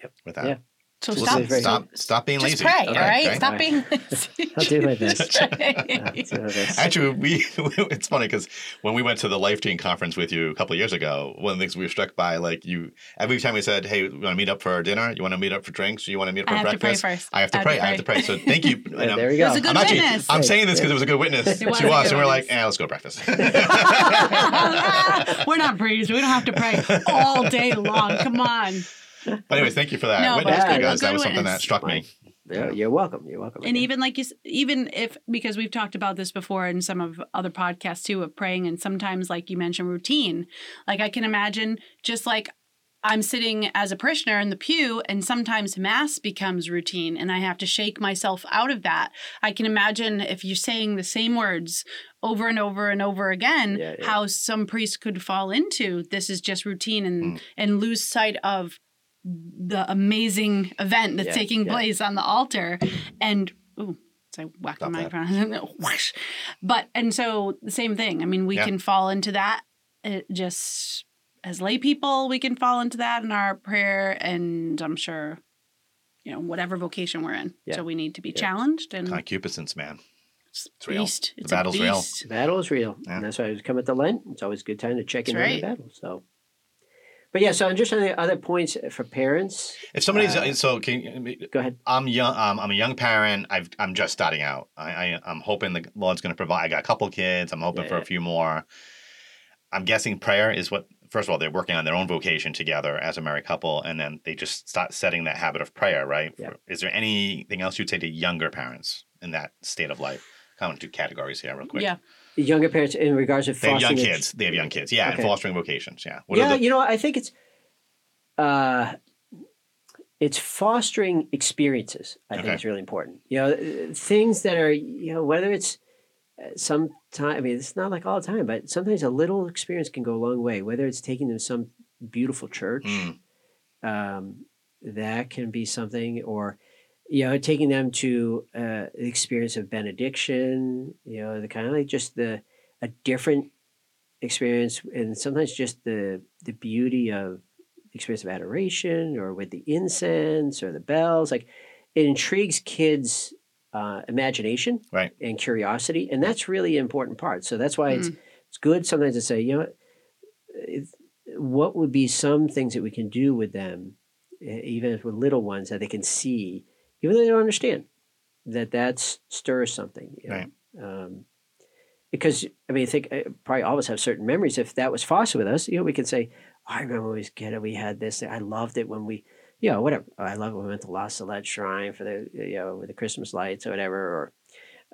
Speaker 2: Yep.
Speaker 3: with that.
Speaker 2: Yeah.
Speaker 1: So
Speaker 3: So
Speaker 1: stop.
Speaker 3: listen, stop, stop being
Speaker 1: Just
Speaker 3: lazy.
Speaker 1: pray, all
Speaker 3: Okay,
Speaker 1: right?
Speaker 3: okay.
Speaker 1: Stop
Speaker 2: All right.
Speaker 1: being lazy.
Speaker 2: I'll do my best.
Speaker 1: Just pray.
Speaker 2: Yeah, so that's-
Speaker 3: Actually, we it's funny because when we went to the Life Team conference with you a couple of years ago, one of the things we were struck by, like you, every time we said, "Hey, you want to meet up for dinner? You want to meet up for drinks? You want to meet up
Speaker 1: I
Speaker 3: for
Speaker 1: have to pray
Speaker 3: breakfast?"
Speaker 1: first.
Speaker 3: I have to pray. I have to pray. So thank you. And
Speaker 2: Yeah,
Speaker 3: I'm-
Speaker 2: there you
Speaker 1: It
Speaker 2: go.
Speaker 1: was a good
Speaker 3: I'm actually,
Speaker 1: witness.
Speaker 3: I'm saying this because it was a good witness
Speaker 1: It was
Speaker 3: to
Speaker 1: a
Speaker 3: us,
Speaker 1: good
Speaker 3: and we're like,
Speaker 1: witness.
Speaker 3: "Yeah, let's go breakfast."
Speaker 1: We're not priests. We don't have to pray all day long. Come on.
Speaker 3: But anyways, thank you for that
Speaker 1: No,
Speaker 3: witness
Speaker 2: but-
Speaker 3: because
Speaker 1: A
Speaker 3: that
Speaker 1: good
Speaker 3: was something
Speaker 1: witness.
Speaker 3: that struck me.
Speaker 2: You're, you're welcome. You're welcome.
Speaker 1: And even like you, s- even if because we've talked about this before in some of other podcasts too of praying, and sometimes like you mentioned routine, like I can imagine just like I'm sitting as a parishioner in the pew, and sometimes mass becomes routine, and I have to shake myself out of that. I can imagine if you're saying the same words over and over and over again,
Speaker 2: Yeah, yeah.
Speaker 1: how some priests could fall into this is just routine and
Speaker 3: Mm.
Speaker 1: and lose sight of the amazing event that's
Speaker 2: Yeah,
Speaker 1: taking
Speaker 2: yeah.
Speaker 1: place on the altar and ooh, so I whacked the
Speaker 3: Not bad.
Speaker 1: microphone. Whoosh. but and so the same thing. I mean, we
Speaker 3: Yeah.
Speaker 1: can fall into that. It just as lay people, we can fall into that in our prayer, and I'm sure, you know, whatever vocation we're in.
Speaker 2: Yeah.
Speaker 1: So we need to be
Speaker 2: Yeah.
Speaker 1: challenged and
Speaker 3: Concupiscence, man.
Speaker 1: it's
Speaker 3: It's real.
Speaker 1: beast.
Speaker 3: The
Speaker 1: It's a
Speaker 3: battle's real.
Speaker 1: beast.
Speaker 2: Battle is real,
Speaker 3: Yeah.
Speaker 2: and that's why I come at the Lent. It's always a good time to check in
Speaker 1: That's
Speaker 2: on the
Speaker 1: right.
Speaker 2: battle. So, but yeah, so just on the other points for parents,
Speaker 3: If somebody's
Speaker 2: Uh,
Speaker 3: so, can,
Speaker 2: go ahead.
Speaker 3: I'm young. Um, I'm a young parent. I've, I'm just starting out. I, I I'm hoping the Lord's going to provide. I got a couple kids. I'm hoping
Speaker 2: Yeah,
Speaker 3: for
Speaker 2: yeah.
Speaker 3: a few more. I'm guessing prayer is what. First of all, they're working on their own vocation together as a married couple, and then they just start setting that habit of prayer. Right?
Speaker 2: Yeah.
Speaker 3: Is there anything else you'd say to younger parents in that state of life? Kind of two categories here, real quick.
Speaker 1: Yeah.
Speaker 2: The Younger parents in regards to
Speaker 3: They have
Speaker 2: fostering
Speaker 3: young
Speaker 2: the-
Speaker 3: kids. They have young kids. Yeah,
Speaker 2: Okay.
Speaker 3: and fostering vocations. Yeah. What
Speaker 2: yeah,
Speaker 3: are the,
Speaker 2: you know, I think it's, uh, it's fostering experiences. I
Speaker 3: Okay.
Speaker 2: think is really important. You know, uh, things that are you know whether it's sometimes I mean it's not like all the time, but sometimes a little experience can go a long way. Whether it's taking them to some beautiful church.
Speaker 3: Mm,
Speaker 2: um, that can be something or you know taking them to uh, the experience of benediction you know the kind of like just the a different experience and sometimes just the the beauty of the experience of adoration or with the incense or the bells like it intrigues kids uh, imagination
Speaker 3: Right.
Speaker 2: and curiosity and that's really an important part so that's why it's it's good sometimes to say you know if, what would be some things that we can do with them e- even if with little ones that they can see even though they don't understand that that's stirs something you know?
Speaker 3: Right.
Speaker 2: um, because I mean, I think uh, probably all of us have certain memories. If that was fostered with us, you know, we could say, "Oh, "I remember when we was a kid, and we had this. I loved it when we, you know, whatever. "Oh, I love it when we went to La Salette Shrine for the, you know, with the Christmas lights or whatever.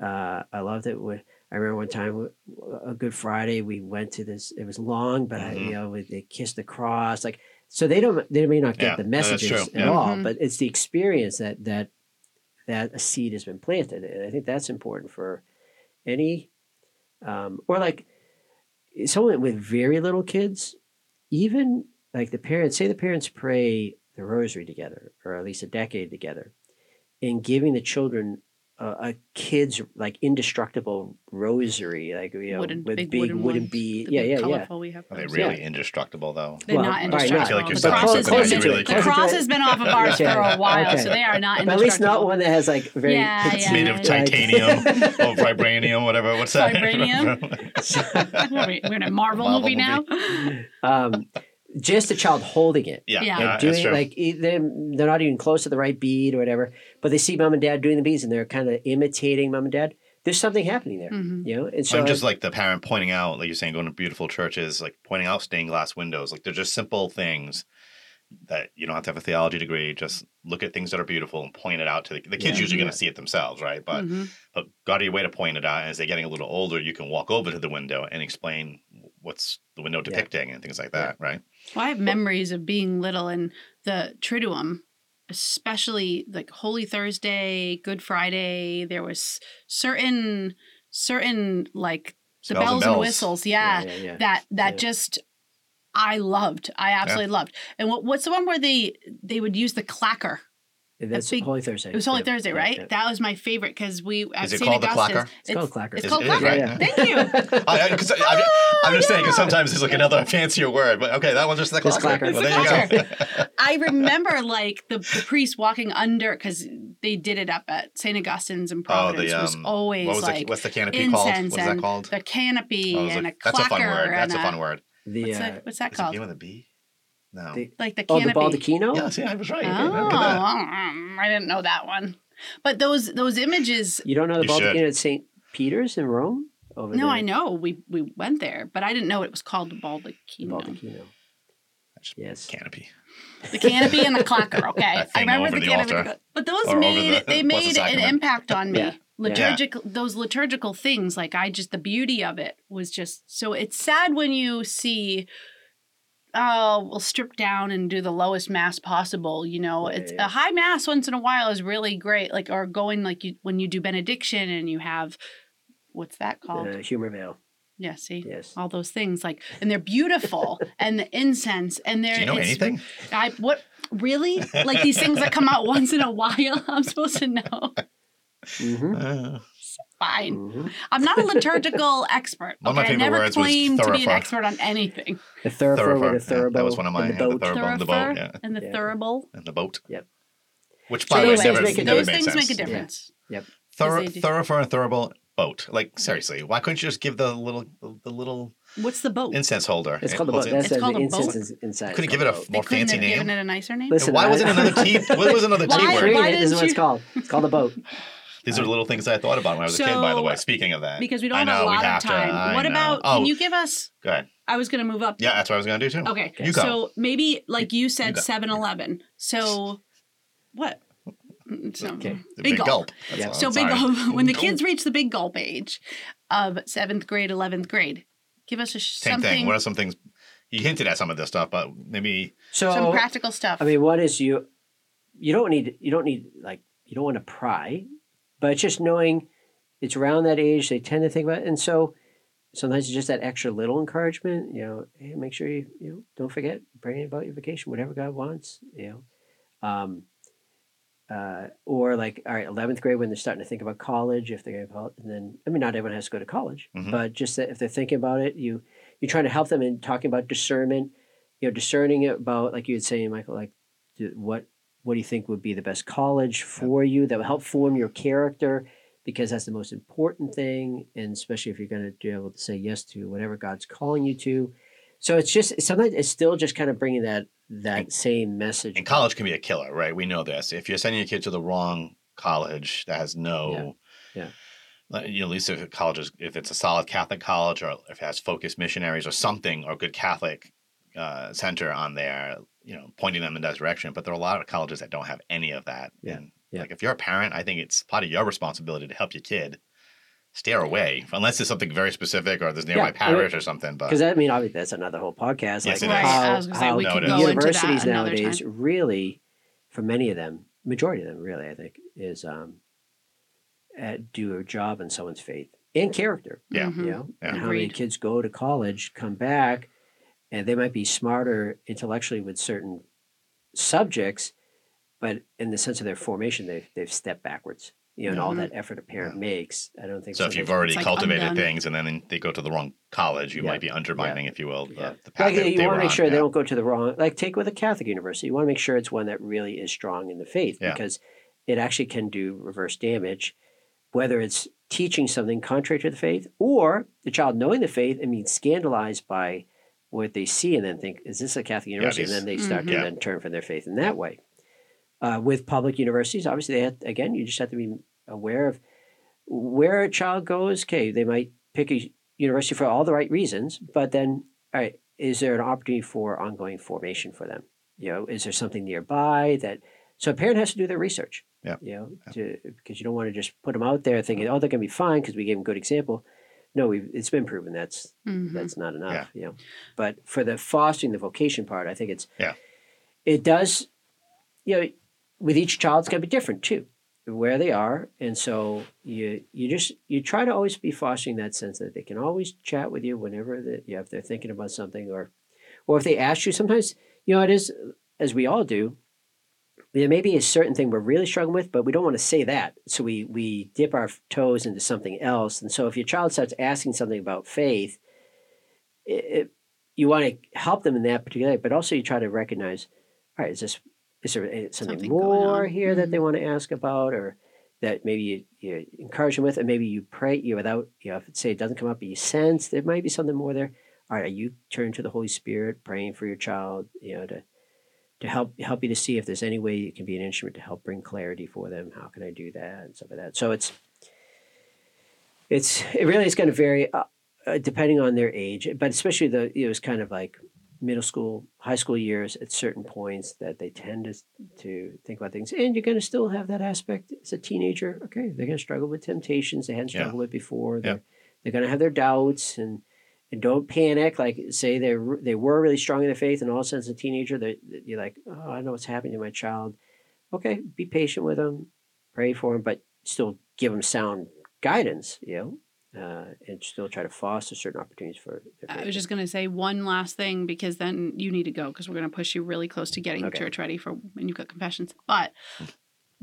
Speaker 2: Or uh, I loved it when I remember one time uh, a Good Friday we went to this. It was long, but I,
Speaker 3: Mhm.
Speaker 2: you know, we- they kissed the cross. Like so, they don't. They may not get
Speaker 3: Yeah,
Speaker 2: the
Speaker 3: no, that's
Speaker 2: messages
Speaker 3: true.
Speaker 2: at
Speaker 3: Yeah.
Speaker 2: all,
Speaker 1: Mhm.
Speaker 2: but it's the experience that that that a seed has been planted, and I think that's important for any um, or like someone with very little kids, even like the parents say the parents pray the rosary together or at least a decade together, and giving the children a, a kid's like indestructible rosary, like you know,
Speaker 1: Wooden-
Speaker 2: with
Speaker 1: big
Speaker 2: big,
Speaker 1: wooden
Speaker 2: wooden,
Speaker 1: one.
Speaker 2: bead.
Speaker 1: The
Speaker 2: Yeah,
Speaker 1: big
Speaker 2: yeah, yeah.
Speaker 1: colorful we have.
Speaker 3: Are they
Speaker 1: those.
Speaker 3: really indestructible though?
Speaker 1: They're
Speaker 2: Well,
Speaker 1: not
Speaker 2: all right,
Speaker 1: indestructible.
Speaker 3: not- I feel like
Speaker 1: the,
Speaker 3: you're
Speaker 1: cross
Speaker 3: so
Speaker 1: has
Speaker 3: close
Speaker 1: been
Speaker 3: to it.
Speaker 1: in- the
Speaker 3: Close
Speaker 1: cross
Speaker 2: to it.
Speaker 1: has been off of ours
Speaker 2: Okay.
Speaker 1: for a while,
Speaker 2: Okay.
Speaker 1: so they are not indestructible.
Speaker 2: But at least not one that has like very
Speaker 1: Yeah,
Speaker 3: It's
Speaker 1: yeah,
Speaker 3: made of
Speaker 1: yeah.
Speaker 3: titanium or vibranium, whatever. What's that?
Speaker 1: Vibranium? What are we, are in a Marvel,
Speaker 3: Marvel
Speaker 1: movie, now.
Speaker 2: um, just a child holding it.
Speaker 3: yeah,
Speaker 1: Yeah.
Speaker 3: yeah,
Speaker 1: And
Speaker 2: and
Speaker 3: that's
Speaker 2: doing
Speaker 3: true.
Speaker 2: like e- they they're not even close to the right bead or whatever, but they see mom and dad doing the beads and they're kind of imitating mom and dad. There's something happening there,
Speaker 1: Mhm.
Speaker 2: you know. And so
Speaker 3: I'm just like the parent pointing out, like you're saying, going to beautiful churches, like pointing out stained glass windows. Like they're just simple things that you don't have to have a theology degree. Just look at things that are beautiful and point it out to the, the kids.
Speaker 2: Yeah.
Speaker 3: usually going to see it themselves, right? But
Speaker 1: Mhm.
Speaker 3: but got your way to point it out. As they're getting a little older, you can walk over to the window and explain what's the window
Speaker 2: Yeah.
Speaker 3: depicting and things like that, right?
Speaker 1: Well, I have memories of being little and the Triduum, especially like Holy Thursday, Good Friday. There was certain, certain like the
Speaker 3: Bells
Speaker 1: bells,
Speaker 3: and
Speaker 1: and
Speaker 3: bells.
Speaker 1: whistles.
Speaker 2: yeah,
Speaker 1: Yeah,
Speaker 2: yeah, yeah.
Speaker 1: that that
Speaker 2: Yeah.
Speaker 1: just I loved. I absolutely loved. And what, what's the one where they they would use the clacker?
Speaker 2: And that's
Speaker 1: big-
Speaker 2: Holy Thursday.
Speaker 1: It was Holy
Speaker 2: Yeah,
Speaker 1: Thursday,
Speaker 2: yeah,
Speaker 1: right?
Speaker 2: yeah.
Speaker 1: That was my favorite because we at
Speaker 3: Is it
Speaker 1: St.
Speaker 3: called the
Speaker 1: Augustine's-
Speaker 3: clacker?
Speaker 2: It's called clacker.
Speaker 1: It's
Speaker 3: Is-
Speaker 1: called
Speaker 3: it is,
Speaker 1: clacker.
Speaker 3: right?
Speaker 1: Thank you.
Speaker 3: I, I, 'cause I, I'm,
Speaker 1: Oh
Speaker 3: I'm just saying, 'cause
Speaker 1: yeah.
Speaker 3: sometimes it's like another fancier word, but okay, that one's just the
Speaker 2: Just
Speaker 3: clacker.
Speaker 2: clacker.
Speaker 3: Well,
Speaker 1: It's
Speaker 3: there you
Speaker 1: a
Speaker 3: go.
Speaker 1: I remember like the, the priest walking under because they did it up at St. Augustine's in Providence was
Speaker 3: um,
Speaker 1: always
Speaker 3: What was
Speaker 1: like
Speaker 3: the, what's the canopy called? What
Speaker 1: incense
Speaker 3: is that
Speaker 1: and
Speaker 3: called?
Speaker 1: the canopy
Speaker 3: Oh, it was
Speaker 1: and a clacker
Speaker 3: that's a fun word. That's
Speaker 1: and
Speaker 3: a fun word.
Speaker 2: The,
Speaker 1: What's,
Speaker 2: uh,
Speaker 1: that, what's that
Speaker 3: Is it
Speaker 1: called?
Speaker 3: B with a B? No.
Speaker 2: The-
Speaker 1: like the
Speaker 2: oh,
Speaker 1: canopy.
Speaker 2: the baldacchino.
Speaker 3: yeah, see, I was right.
Speaker 1: Oh,
Speaker 3: Yeah, look at that.
Speaker 1: mm, I didn't know that one. But those those images.
Speaker 2: You don't know the
Speaker 3: You should.
Speaker 2: baldacchino at St. Peter's in Rome? Over
Speaker 1: No,
Speaker 2: there,
Speaker 1: I know we we went there, but I didn't know it was called the
Speaker 2: The
Speaker 1: baldacchino.
Speaker 2: baldacchino.
Speaker 3: That's-
Speaker 2: Yes.
Speaker 3: Canopy.
Speaker 1: The canopy and the clacker. Okay,
Speaker 3: That
Speaker 1: I
Speaker 3: thing
Speaker 1: remember
Speaker 3: over
Speaker 1: the,
Speaker 3: the
Speaker 1: canopy.
Speaker 3: altar.
Speaker 1: But those
Speaker 3: Or over
Speaker 1: made
Speaker 3: the-
Speaker 1: they
Speaker 3: what's the
Speaker 1: made an
Speaker 3: sacrament?
Speaker 1: impact on me.
Speaker 2: Yeah.
Speaker 1: Liturgical those liturgical things, like I just the beauty of it was just so. It's sad when you see, oh, we'll strip down and do the lowest mass possible. You know,
Speaker 2: Yeah,
Speaker 1: it's
Speaker 2: yeah, yeah.
Speaker 1: a high mass once in a while is really great. Like or going like you when you do benediction and you have, what's that called?
Speaker 2: Uh, humor veil.
Speaker 1: yeah, see.
Speaker 2: Yes.
Speaker 1: All those things, like, and they're beautiful, and the incense, and they're
Speaker 3: Do you know
Speaker 1: it's
Speaker 3: anything?
Speaker 1: I what really like these things that come out once in a while. I'm supposed to know.
Speaker 2: Mm-hmm.
Speaker 3: Uh,
Speaker 1: Fine, I'm not a liturgical expert.
Speaker 3: One of my
Speaker 1: okay? I
Speaker 3: favorite
Speaker 1: never
Speaker 3: words was
Speaker 1: claimed to be an
Speaker 3: thoroughfare.
Speaker 1: expert on anything.
Speaker 2: The thoroughfare
Speaker 3: Thoroughfare.
Speaker 2: with the
Speaker 3: Yeah, that
Speaker 2: thurible.
Speaker 3: was one of mine,
Speaker 2: And
Speaker 3: yeah,
Speaker 2: the
Speaker 3: the
Speaker 2: boat.
Speaker 3: thorough- Thoroughbone, the boat,
Speaker 1: Thoroughfare
Speaker 3: yeah.
Speaker 1: and the
Speaker 2: Yeah.
Speaker 1: thurible.
Speaker 3: and the boat.
Speaker 2: Yep.
Speaker 3: Which,
Speaker 2: So
Speaker 3: by the way,
Speaker 2: those
Speaker 3: never,
Speaker 2: things make a
Speaker 3: never
Speaker 1: Those
Speaker 3: made
Speaker 1: things
Speaker 3: sense.
Speaker 1: make a
Speaker 2: Yeah.
Speaker 1: difference.
Speaker 3: Thorough,
Speaker 1: Because they do.
Speaker 3: thoroughfare and thoroughboat boat. Like seriously, why couldn't you just give the little the little
Speaker 1: What's the boat?
Speaker 3: incense holder?
Speaker 2: It's
Speaker 3: It
Speaker 2: called the boat.
Speaker 3: holds
Speaker 2: That's
Speaker 1: It's called
Speaker 2: the
Speaker 1: a
Speaker 2: incense
Speaker 1: boat?
Speaker 2: is inside.
Speaker 3: Couldn't
Speaker 2: It's
Speaker 3: give
Speaker 2: called
Speaker 3: it a
Speaker 2: boat.
Speaker 1: they
Speaker 3: more
Speaker 1: couldn't
Speaker 3: fancy
Speaker 1: have given
Speaker 3: name.
Speaker 1: it a nicer name.
Speaker 2: Listen,
Speaker 3: And why
Speaker 2: I-
Speaker 3: wasn't another key? What was another
Speaker 1: Why-
Speaker 3: key
Speaker 1: word.
Speaker 2: Creed
Speaker 3: word?
Speaker 1: why
Speaker 2: is
Speaker 1: didn't
Speaker 2: what it's
Speaker 1: you-
Speaker 2: called. It's called a boat.
Speaker 3: These are the little things that I thought about when I was a kid. By the way,
Speaker 1: So-
Speaker 3: speaking of that,
Speaker 1: because we
Speaker 3: I
Speaker 1: don't
Speaker 3: know,
Speaker 1: have a lot
Speaker 3: we
Speaker 1: of
Speaker 3: have to-
Speaker 1: time.
Speaker 3: I
Speaker 1: what
Speaker 3: know.
Speaker 1: about?
Speaker 3: Oh.
Speaker 1: Can you give us?
Speaker 3: go ahead.
Speaker 1: I was going to move up.
Speaker 3: Yeah, that's what I was gonna do too.
Speaker 1: Okay.
Speaker 3: You go.
Speaker 1: So maybe like you
Speaker 3: You
Speaker 1: said,
Speaker 3: go.
Speaker 1: Seven Eleven. So what? Mm, So,
Speaker 2: Okay.
Speaker 3: The big, gulp. That's
Speaker 2: Yeah.
Speaker 3: all.
Speaker 1: So
Speaker 3: I'm
Speaker 1: big
Speaker 3: Oh, sorry.
Speaker 1: gulp. When the kids reach the big gulp age of seventh grade, eleventh grade, give us a sh-
Speaker 3: Same
Speaker 1: something,
Speaker 3: thing. What are some things? You hinted at some of this stuff, but maybe
Speaker 2: So
Speaker 1: some practical stuff.
Speaker 2: I mean, what is you? You don't need. You don't need like. You don't want to pry, but it's just knowing it's around that age they tend to think about, it. and so sometimes it's just that extra little encouragement. You know, hey, make sure you you know, don't forget praying about your vacation, whatever God wants. You know, um, uh, or like all right, eleventh grade when they're starting to think about college, if they're going to, and then I mean, not everyone has to go to college,
Speaker 3: Mhm.
Speaker 2: but just that if they're thinking about it, you you're trying to help them in talking about discernment, you know, discerning about like you would say, Michael, like d- what what do you think would be the best college for you that will help form your character because that's the most important thing, and especially if you're going to be able to say yes to whatever God's calling you to. So it's just sometimes it's still just kind of bringing that that
Speaker 3: And-
Speaker 2: same message.
Speaker 3: And college can be a killer, right? We know this. If you're sending your kid to the wrong college that has no,
Speaker 2: Yeah.
Speaker 3: Like, you know, at least if college is, if it's a solid Catholic college or if it has focused missionaries or something or good Catholic uh, center on there, you know, pointing them in that direction. But there are a lot of colleges that don't have any of that.
Speaker 2: Yeah.
Speaker 3: And
Speaker 2: Yeah.
Speaker 3: like if you're a parent, I think it's part of your responsibility to help your kid steer away, unless it's something very specific or there's nearby
Speaker 2: Yeah, I
Speaker 3: parish or something. But
Speaker 2: Because I mean, obviously, that's another whole podcast.
Speaker 3: Yes,
Speaker 2: Like
Speaker 3: it
Speaker 1: Right,
Speaker 2: how,
Speaker 1: I was gonna say,
Speaker 2: how
Speaker 1: we
Speaker 3: No,
Speaker 1: could
Speaker 3: it
Speaker 1: go
Speaker 3: is.
Speaker 1: into that
Speaker 2: universities
Speaker 1: another
Speaker 2: nowadays
Speaker 1: time.
Speaker 2: really, for many of them, majority of them, really, I think, is um, uh do a job in someone's faith and character.
Speaker 3: Yeah.
Speaker 1: Mhm.
Speaker 2: You know,
Speaker 3: Yeah.
Speaker 2: And how many
Speaker 1: Agreed.
Speaker 2: kids go to college, come back, and they might be smarter intellectually with certain subjects, but in the sense of their formation, they've they've stepped backwards. You know, and all
Speaker 1: Mhm.
Speaker 2: that effort a parent
Speaker 3: Mm-hmm. Yeah.
Speaker 2: makes, I don't think
Speaker 3: so if you've
Speaker 2: sometimes-
Speaker 3: already
Speaker 1: It's like
Speaker 3: cultivated
Speaker 1: undone.
Speaker 3: things and then they go to the wrong college, you
Speaker 2: Yeah.
Speaker 3: might be undermining, if you will, the,
Speaker 2: Yeah.
Speaker 3: the path
Speaker 2: Like,
Speaker 3: that
Speaker 2: you
Speaker 3: they
Speaker 2: want
Speaker 3: were
Speaker 2: to make
Speaker 3: on.
Speaker 2: sure they
Speaker 3: Yeah.
Speaker 2: don't go to the wrong. Like take with a Catholic university, you want to make sure it's one that really is strong in the faith
Speaker 3: Yeah.
Speaker 2: because it actually can do reverse damage, whether it's teaching something contrary to the faith or the child knowing the faith and being scandalized by what they see and then think, "Is this a Catholic university?"
Speaker 3: these-
Speaker 2: and then they start to
Speaker 3: Mhm. Yeah.
Speaker 2: then turn from their faith in that way. Uh, with public universities, obviously, they have, again, you just have to be aware of where a child goes. Okay, they might pick a university for all the right reasons, but then, all right, is there an opportunity for ongoing formation for them? You know, is there something nearby that? So a parent has to do their research.
Speaker 3: Yeah.
Speaker 2: You know, to, because you don't want to just put them out there thinking, oh, they're going to be fine because we gave them a good example. No, we've, it's been proven that's
Speaker 1: Mhm.
Speaker 2: that's not enough
Speaker 3: Mm-hmm. Yeah.
Speaker 2: you know but for the fostering the vocation part i think it's
Speaker 3: Yeah.
Speaker 2: it does you know with each child it's going to be different too where they are and so you you just you try to always be fostering that sense that they can always chat with you whenever that you know, if they're thinking about something or or if they ask you sometimes you know it is as we all do there may be a certain thing we're really struggling with but we don't want to say that so we we dip our toes into something else and so if your child starts asking something about faith it, it, you want to help them in that particular but also you try to recognize all right is this is there eh, something,
Speaker 1: Something going
Speaker 2: more
Speaker 1: on.
Speaker 2: here that they
Speaker 1: Mhm.
Speaker 2: want to ask about or that maybe you, you encourage them with and maybe you pray you know, without you know if it say it doesn't come up but you sense there might be something more there all right, are you turn to the Holy Spirit, praying for your child, you know, to to help help you to see if there's any way it can be an instrument to help bring clarity for them. How can I do that and stuff like that. So it's it's it really is going to vary uh, uh, depending on their age, but especially the it was kind of like middle school, high school years at certain points that they tend to to think about things, and you're going to still have that aspect as a teenager. Okay, they're going to struggle with temptations they hadn't
Speaker 3: Yeah.
Speaker 2: struggled with before. They're, they're going to have their doubts and and don't panic. Like say they were- they were really strong in the faith, and all of a sudden, as a teenager, they you're like, oh, I know what's happening to my child. Okay, be patient with them, pray for them, but still give them sound guidance. You know, uh, and still try to foster certain opportunities for. Their
Speaker 1: I
Speaker 2: faith.
Speaker 1: was just going to say one last thing because then you need to go because we're going to push you really close to getting
Speaker 2: Okay.
Speaker 1: church ready for when you've got confessions. But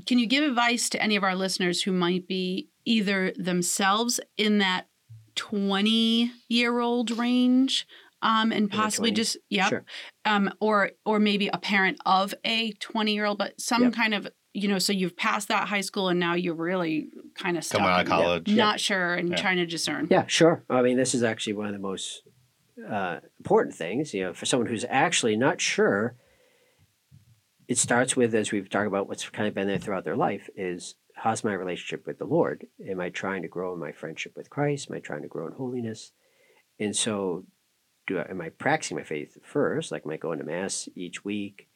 Speaker 1: can you give advice to any of our listeners who might be either themselves in that 20 year old range um, and
Speaker 2: the
Speaker 1: possibly
Speaker 2: 20s?
Speaker 1: just, yep,
Speaker 2: Sure.
Speaker 1: um, or or maybe a parent of a 20 year old, but some
Speaker 2: Yep.
Speaker 1: kind of, you know, so you've passed that high school and now you're really kind of stuck.
Speaker 3: Coming out of
Speaker 1: and
Speaker 3: college.
Speaker 1: Not sure and
Speaker 3: Yeah.
Speaker 1: trying to discern.
Speaker 2: Yeah, sure. I mean, this is actually one of the most uh, important things. You know, for someone who's actually not sure, it starts with as we've talked about what's kind of been there throughout their life is how's my relationship with the Lord? Am I trying to grow in my friendship with Christ? Am I trying to grow in holiness? And so, do I, am I practicing my faith first? Like, am I going to mass each week?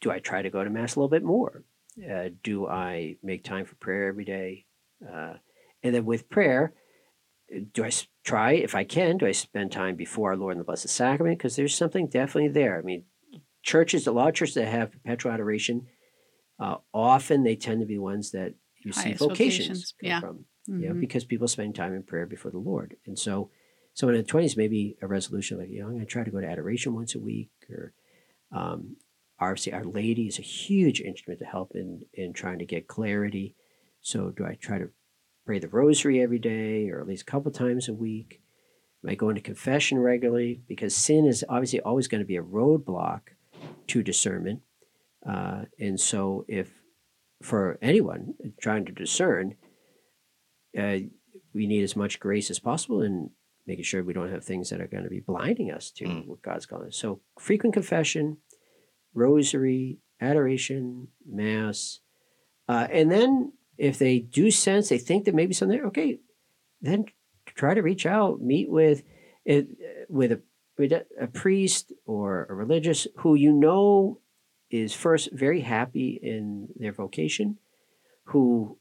Speaker 2: Do I try to go to mass a little bit more? Uh, do I make time for prayer every day? Uh, and then with prayer, uh, do I s- try if I can? Do I spend time before our Lord in the Blessed Sacrament? Because there's something definitely there. I mean, churches, a lot of churches that have perpetual adoration, uh, often they tend to be ones that you see
Speaker 1: Highest
Speaker 2: vocations,
Speaker 1: vocations,
Speaker 2: come
Speaker 1: yeah.
Speaker 2: from you know,
Speaker 1: Mhm.
Speaker 2: because people spend time in prayer before the Lord. And so someone in the twenties maybe a resolution like, you know, I'm gonna try to go to adoration once a week or um obviously Our Lady is a huge instrument to help in in trying to get clarity. So do I try to pray the rosary every day or at least a couple times a week? Am I going to confession regularly? Because sin is obviously always going to be a roadblock to discernment. Uh, and so, if for anyone trying to discern, uh, we need as much grace as possible in making sure we don't have things that are going to be blinding us to
Speaker 3: Mm.
Speaker 2: what God's calling us. So, frequent confession, rosary, adoration, mass. Uh, and then, if they do sense, they think that maybe something, okay, then try to reach out, meet with it with a with a a priest or a religious who you know is first very happy in their vocation, who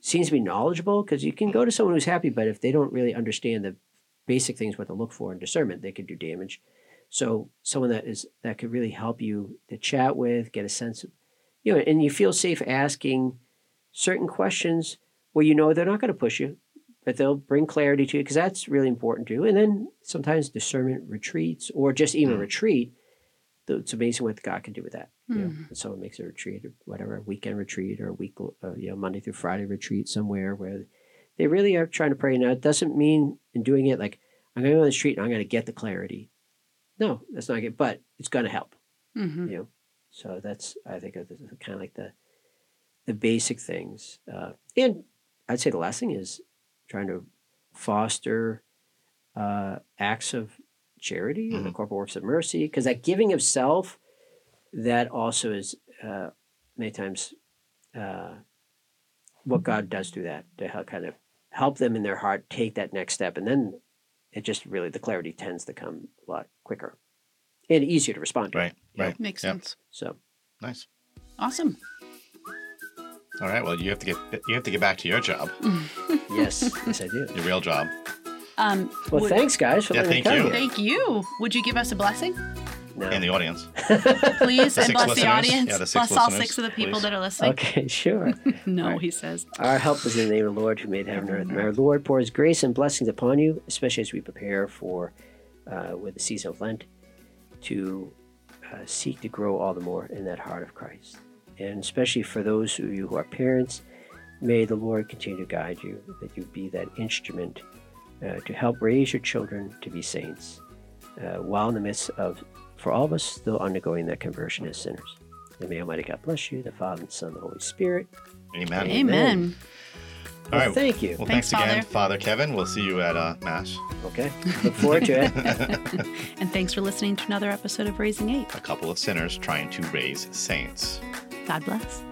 Speaker 2: seems to be knowledgeable because you can go to someone who's happy, but if they don't really understand the basic things what to look for in discernment, they could do damage. So someone that is that could really help you to chat with, get a sense of you know, and you feel safe asking certain questions where you know they're not going to push you, but they'll bring clarity to you because that's really important too. And then sometimes discernment retreats or just even a
Speaker 3: Mm.
Speaker 2: retreat. th- It's amazing what God can do with that. You know,
Speaker 1: Mm.
Speaker 2: if someone makes a retreat or whatever, a weekend retreat or a week, uh, you know, Monday through Friday retreat somewhere where they really are trying to pray. Now, it doesn't mean in doing it like I'm going to go on the street and I'm going to get the clarity. No, that's not good, but it's going to help.
Speaker 1: Mm-hmm.
Speaker 2: You know, so that's I think of kind of like the the basic things, uh, and I'd say the last thing is trying to foster uh, acts of charity and the
Speaker 3: Mhm.
Speaker 2: corporal works of mercy, because that giving of self, that also is uh, many times uh, what God does through that to help kind of help them in their heart take that next step, and then it just really the clarity tends to come a lot quicker and easier to respond to.
Speaker 3: Right,
Speaker 2: you know?
Speaker 3: right.
Speaker 1: Makes
Speaker 3: Yep.
Speaker 1: sense.
Speaker 2: So
Speaker 3: Nice.
Speaker 1: Awesome.
Speaker 3: All right. Well, you have to get you have to get back to your job,
Speaker 2: yes, yes, I do.
Speaker 3: your real job.
Speaker 1: Um,
Speaker 2: Well,
Speaker 1: would-
Speaker 2: thanks guys for
Speaker 3: Yeah,
Speaker 2: letting me
Speaker 3: thank
Speaker 2: come
Speaker 3: you.
Speaker 2: here.
Speaker 1: Thank you. Would you give us a blessing,
Speaker 2: No.
Speaker 3: and the audience.
Speaker 1: please,
Speaker 3: The
Speaker 1: and
Speaker 3: six
Speaker 1: bless
Speaker 3: listeners?
Speaker 1: the audience?
Speaker 3: Yeah, the six
Speaker 1: bless all
Speaker 3: listeners,
Speaker 1: six of the people
Speaker 3: please.
Speaker 1: that are listening.
Speaker 2: Okay, sure.
Speaker 1: No,
Speaker 2: Right.
Speaker 1: he says.
Speaker 2: Our help is in the name of the Lord who made heaven and earth. And our Lord pours grace and blessings upon you, especially as we prepare for uh, with the season of Lent to uh, seek to grow all the more in that heart of Christ. And especially for those of you who are parents, may the Lord continue to guide you, that you be that instrument uh, to help raise your children to be saints, uh, while in the midst of, for all of us, still undergoing that conversion as sinners. And may Almighty God bless you, the Father, and the Son, and the Holy Spirit.
Speaker 3: Amen.
Speaker 1: Amen.
Speaker 2: Amen.
Speaker 3: All
Speaker 2: Well,
Speaker 3: right.
Speaker 2: Thank you.
Speaker 3: Well,
Speaker 1: Thanks,
Speaker 3: thanks, again, Father. Kevin. We'll see you at uh, Mass.
Speaker 2: Okay. Look forward to it.
Speaker 1: And thanks for listening to another episode of Raising Eight.
Speaker 3: A couple of sinners trying to raise saints.
Speaker 1: God bless.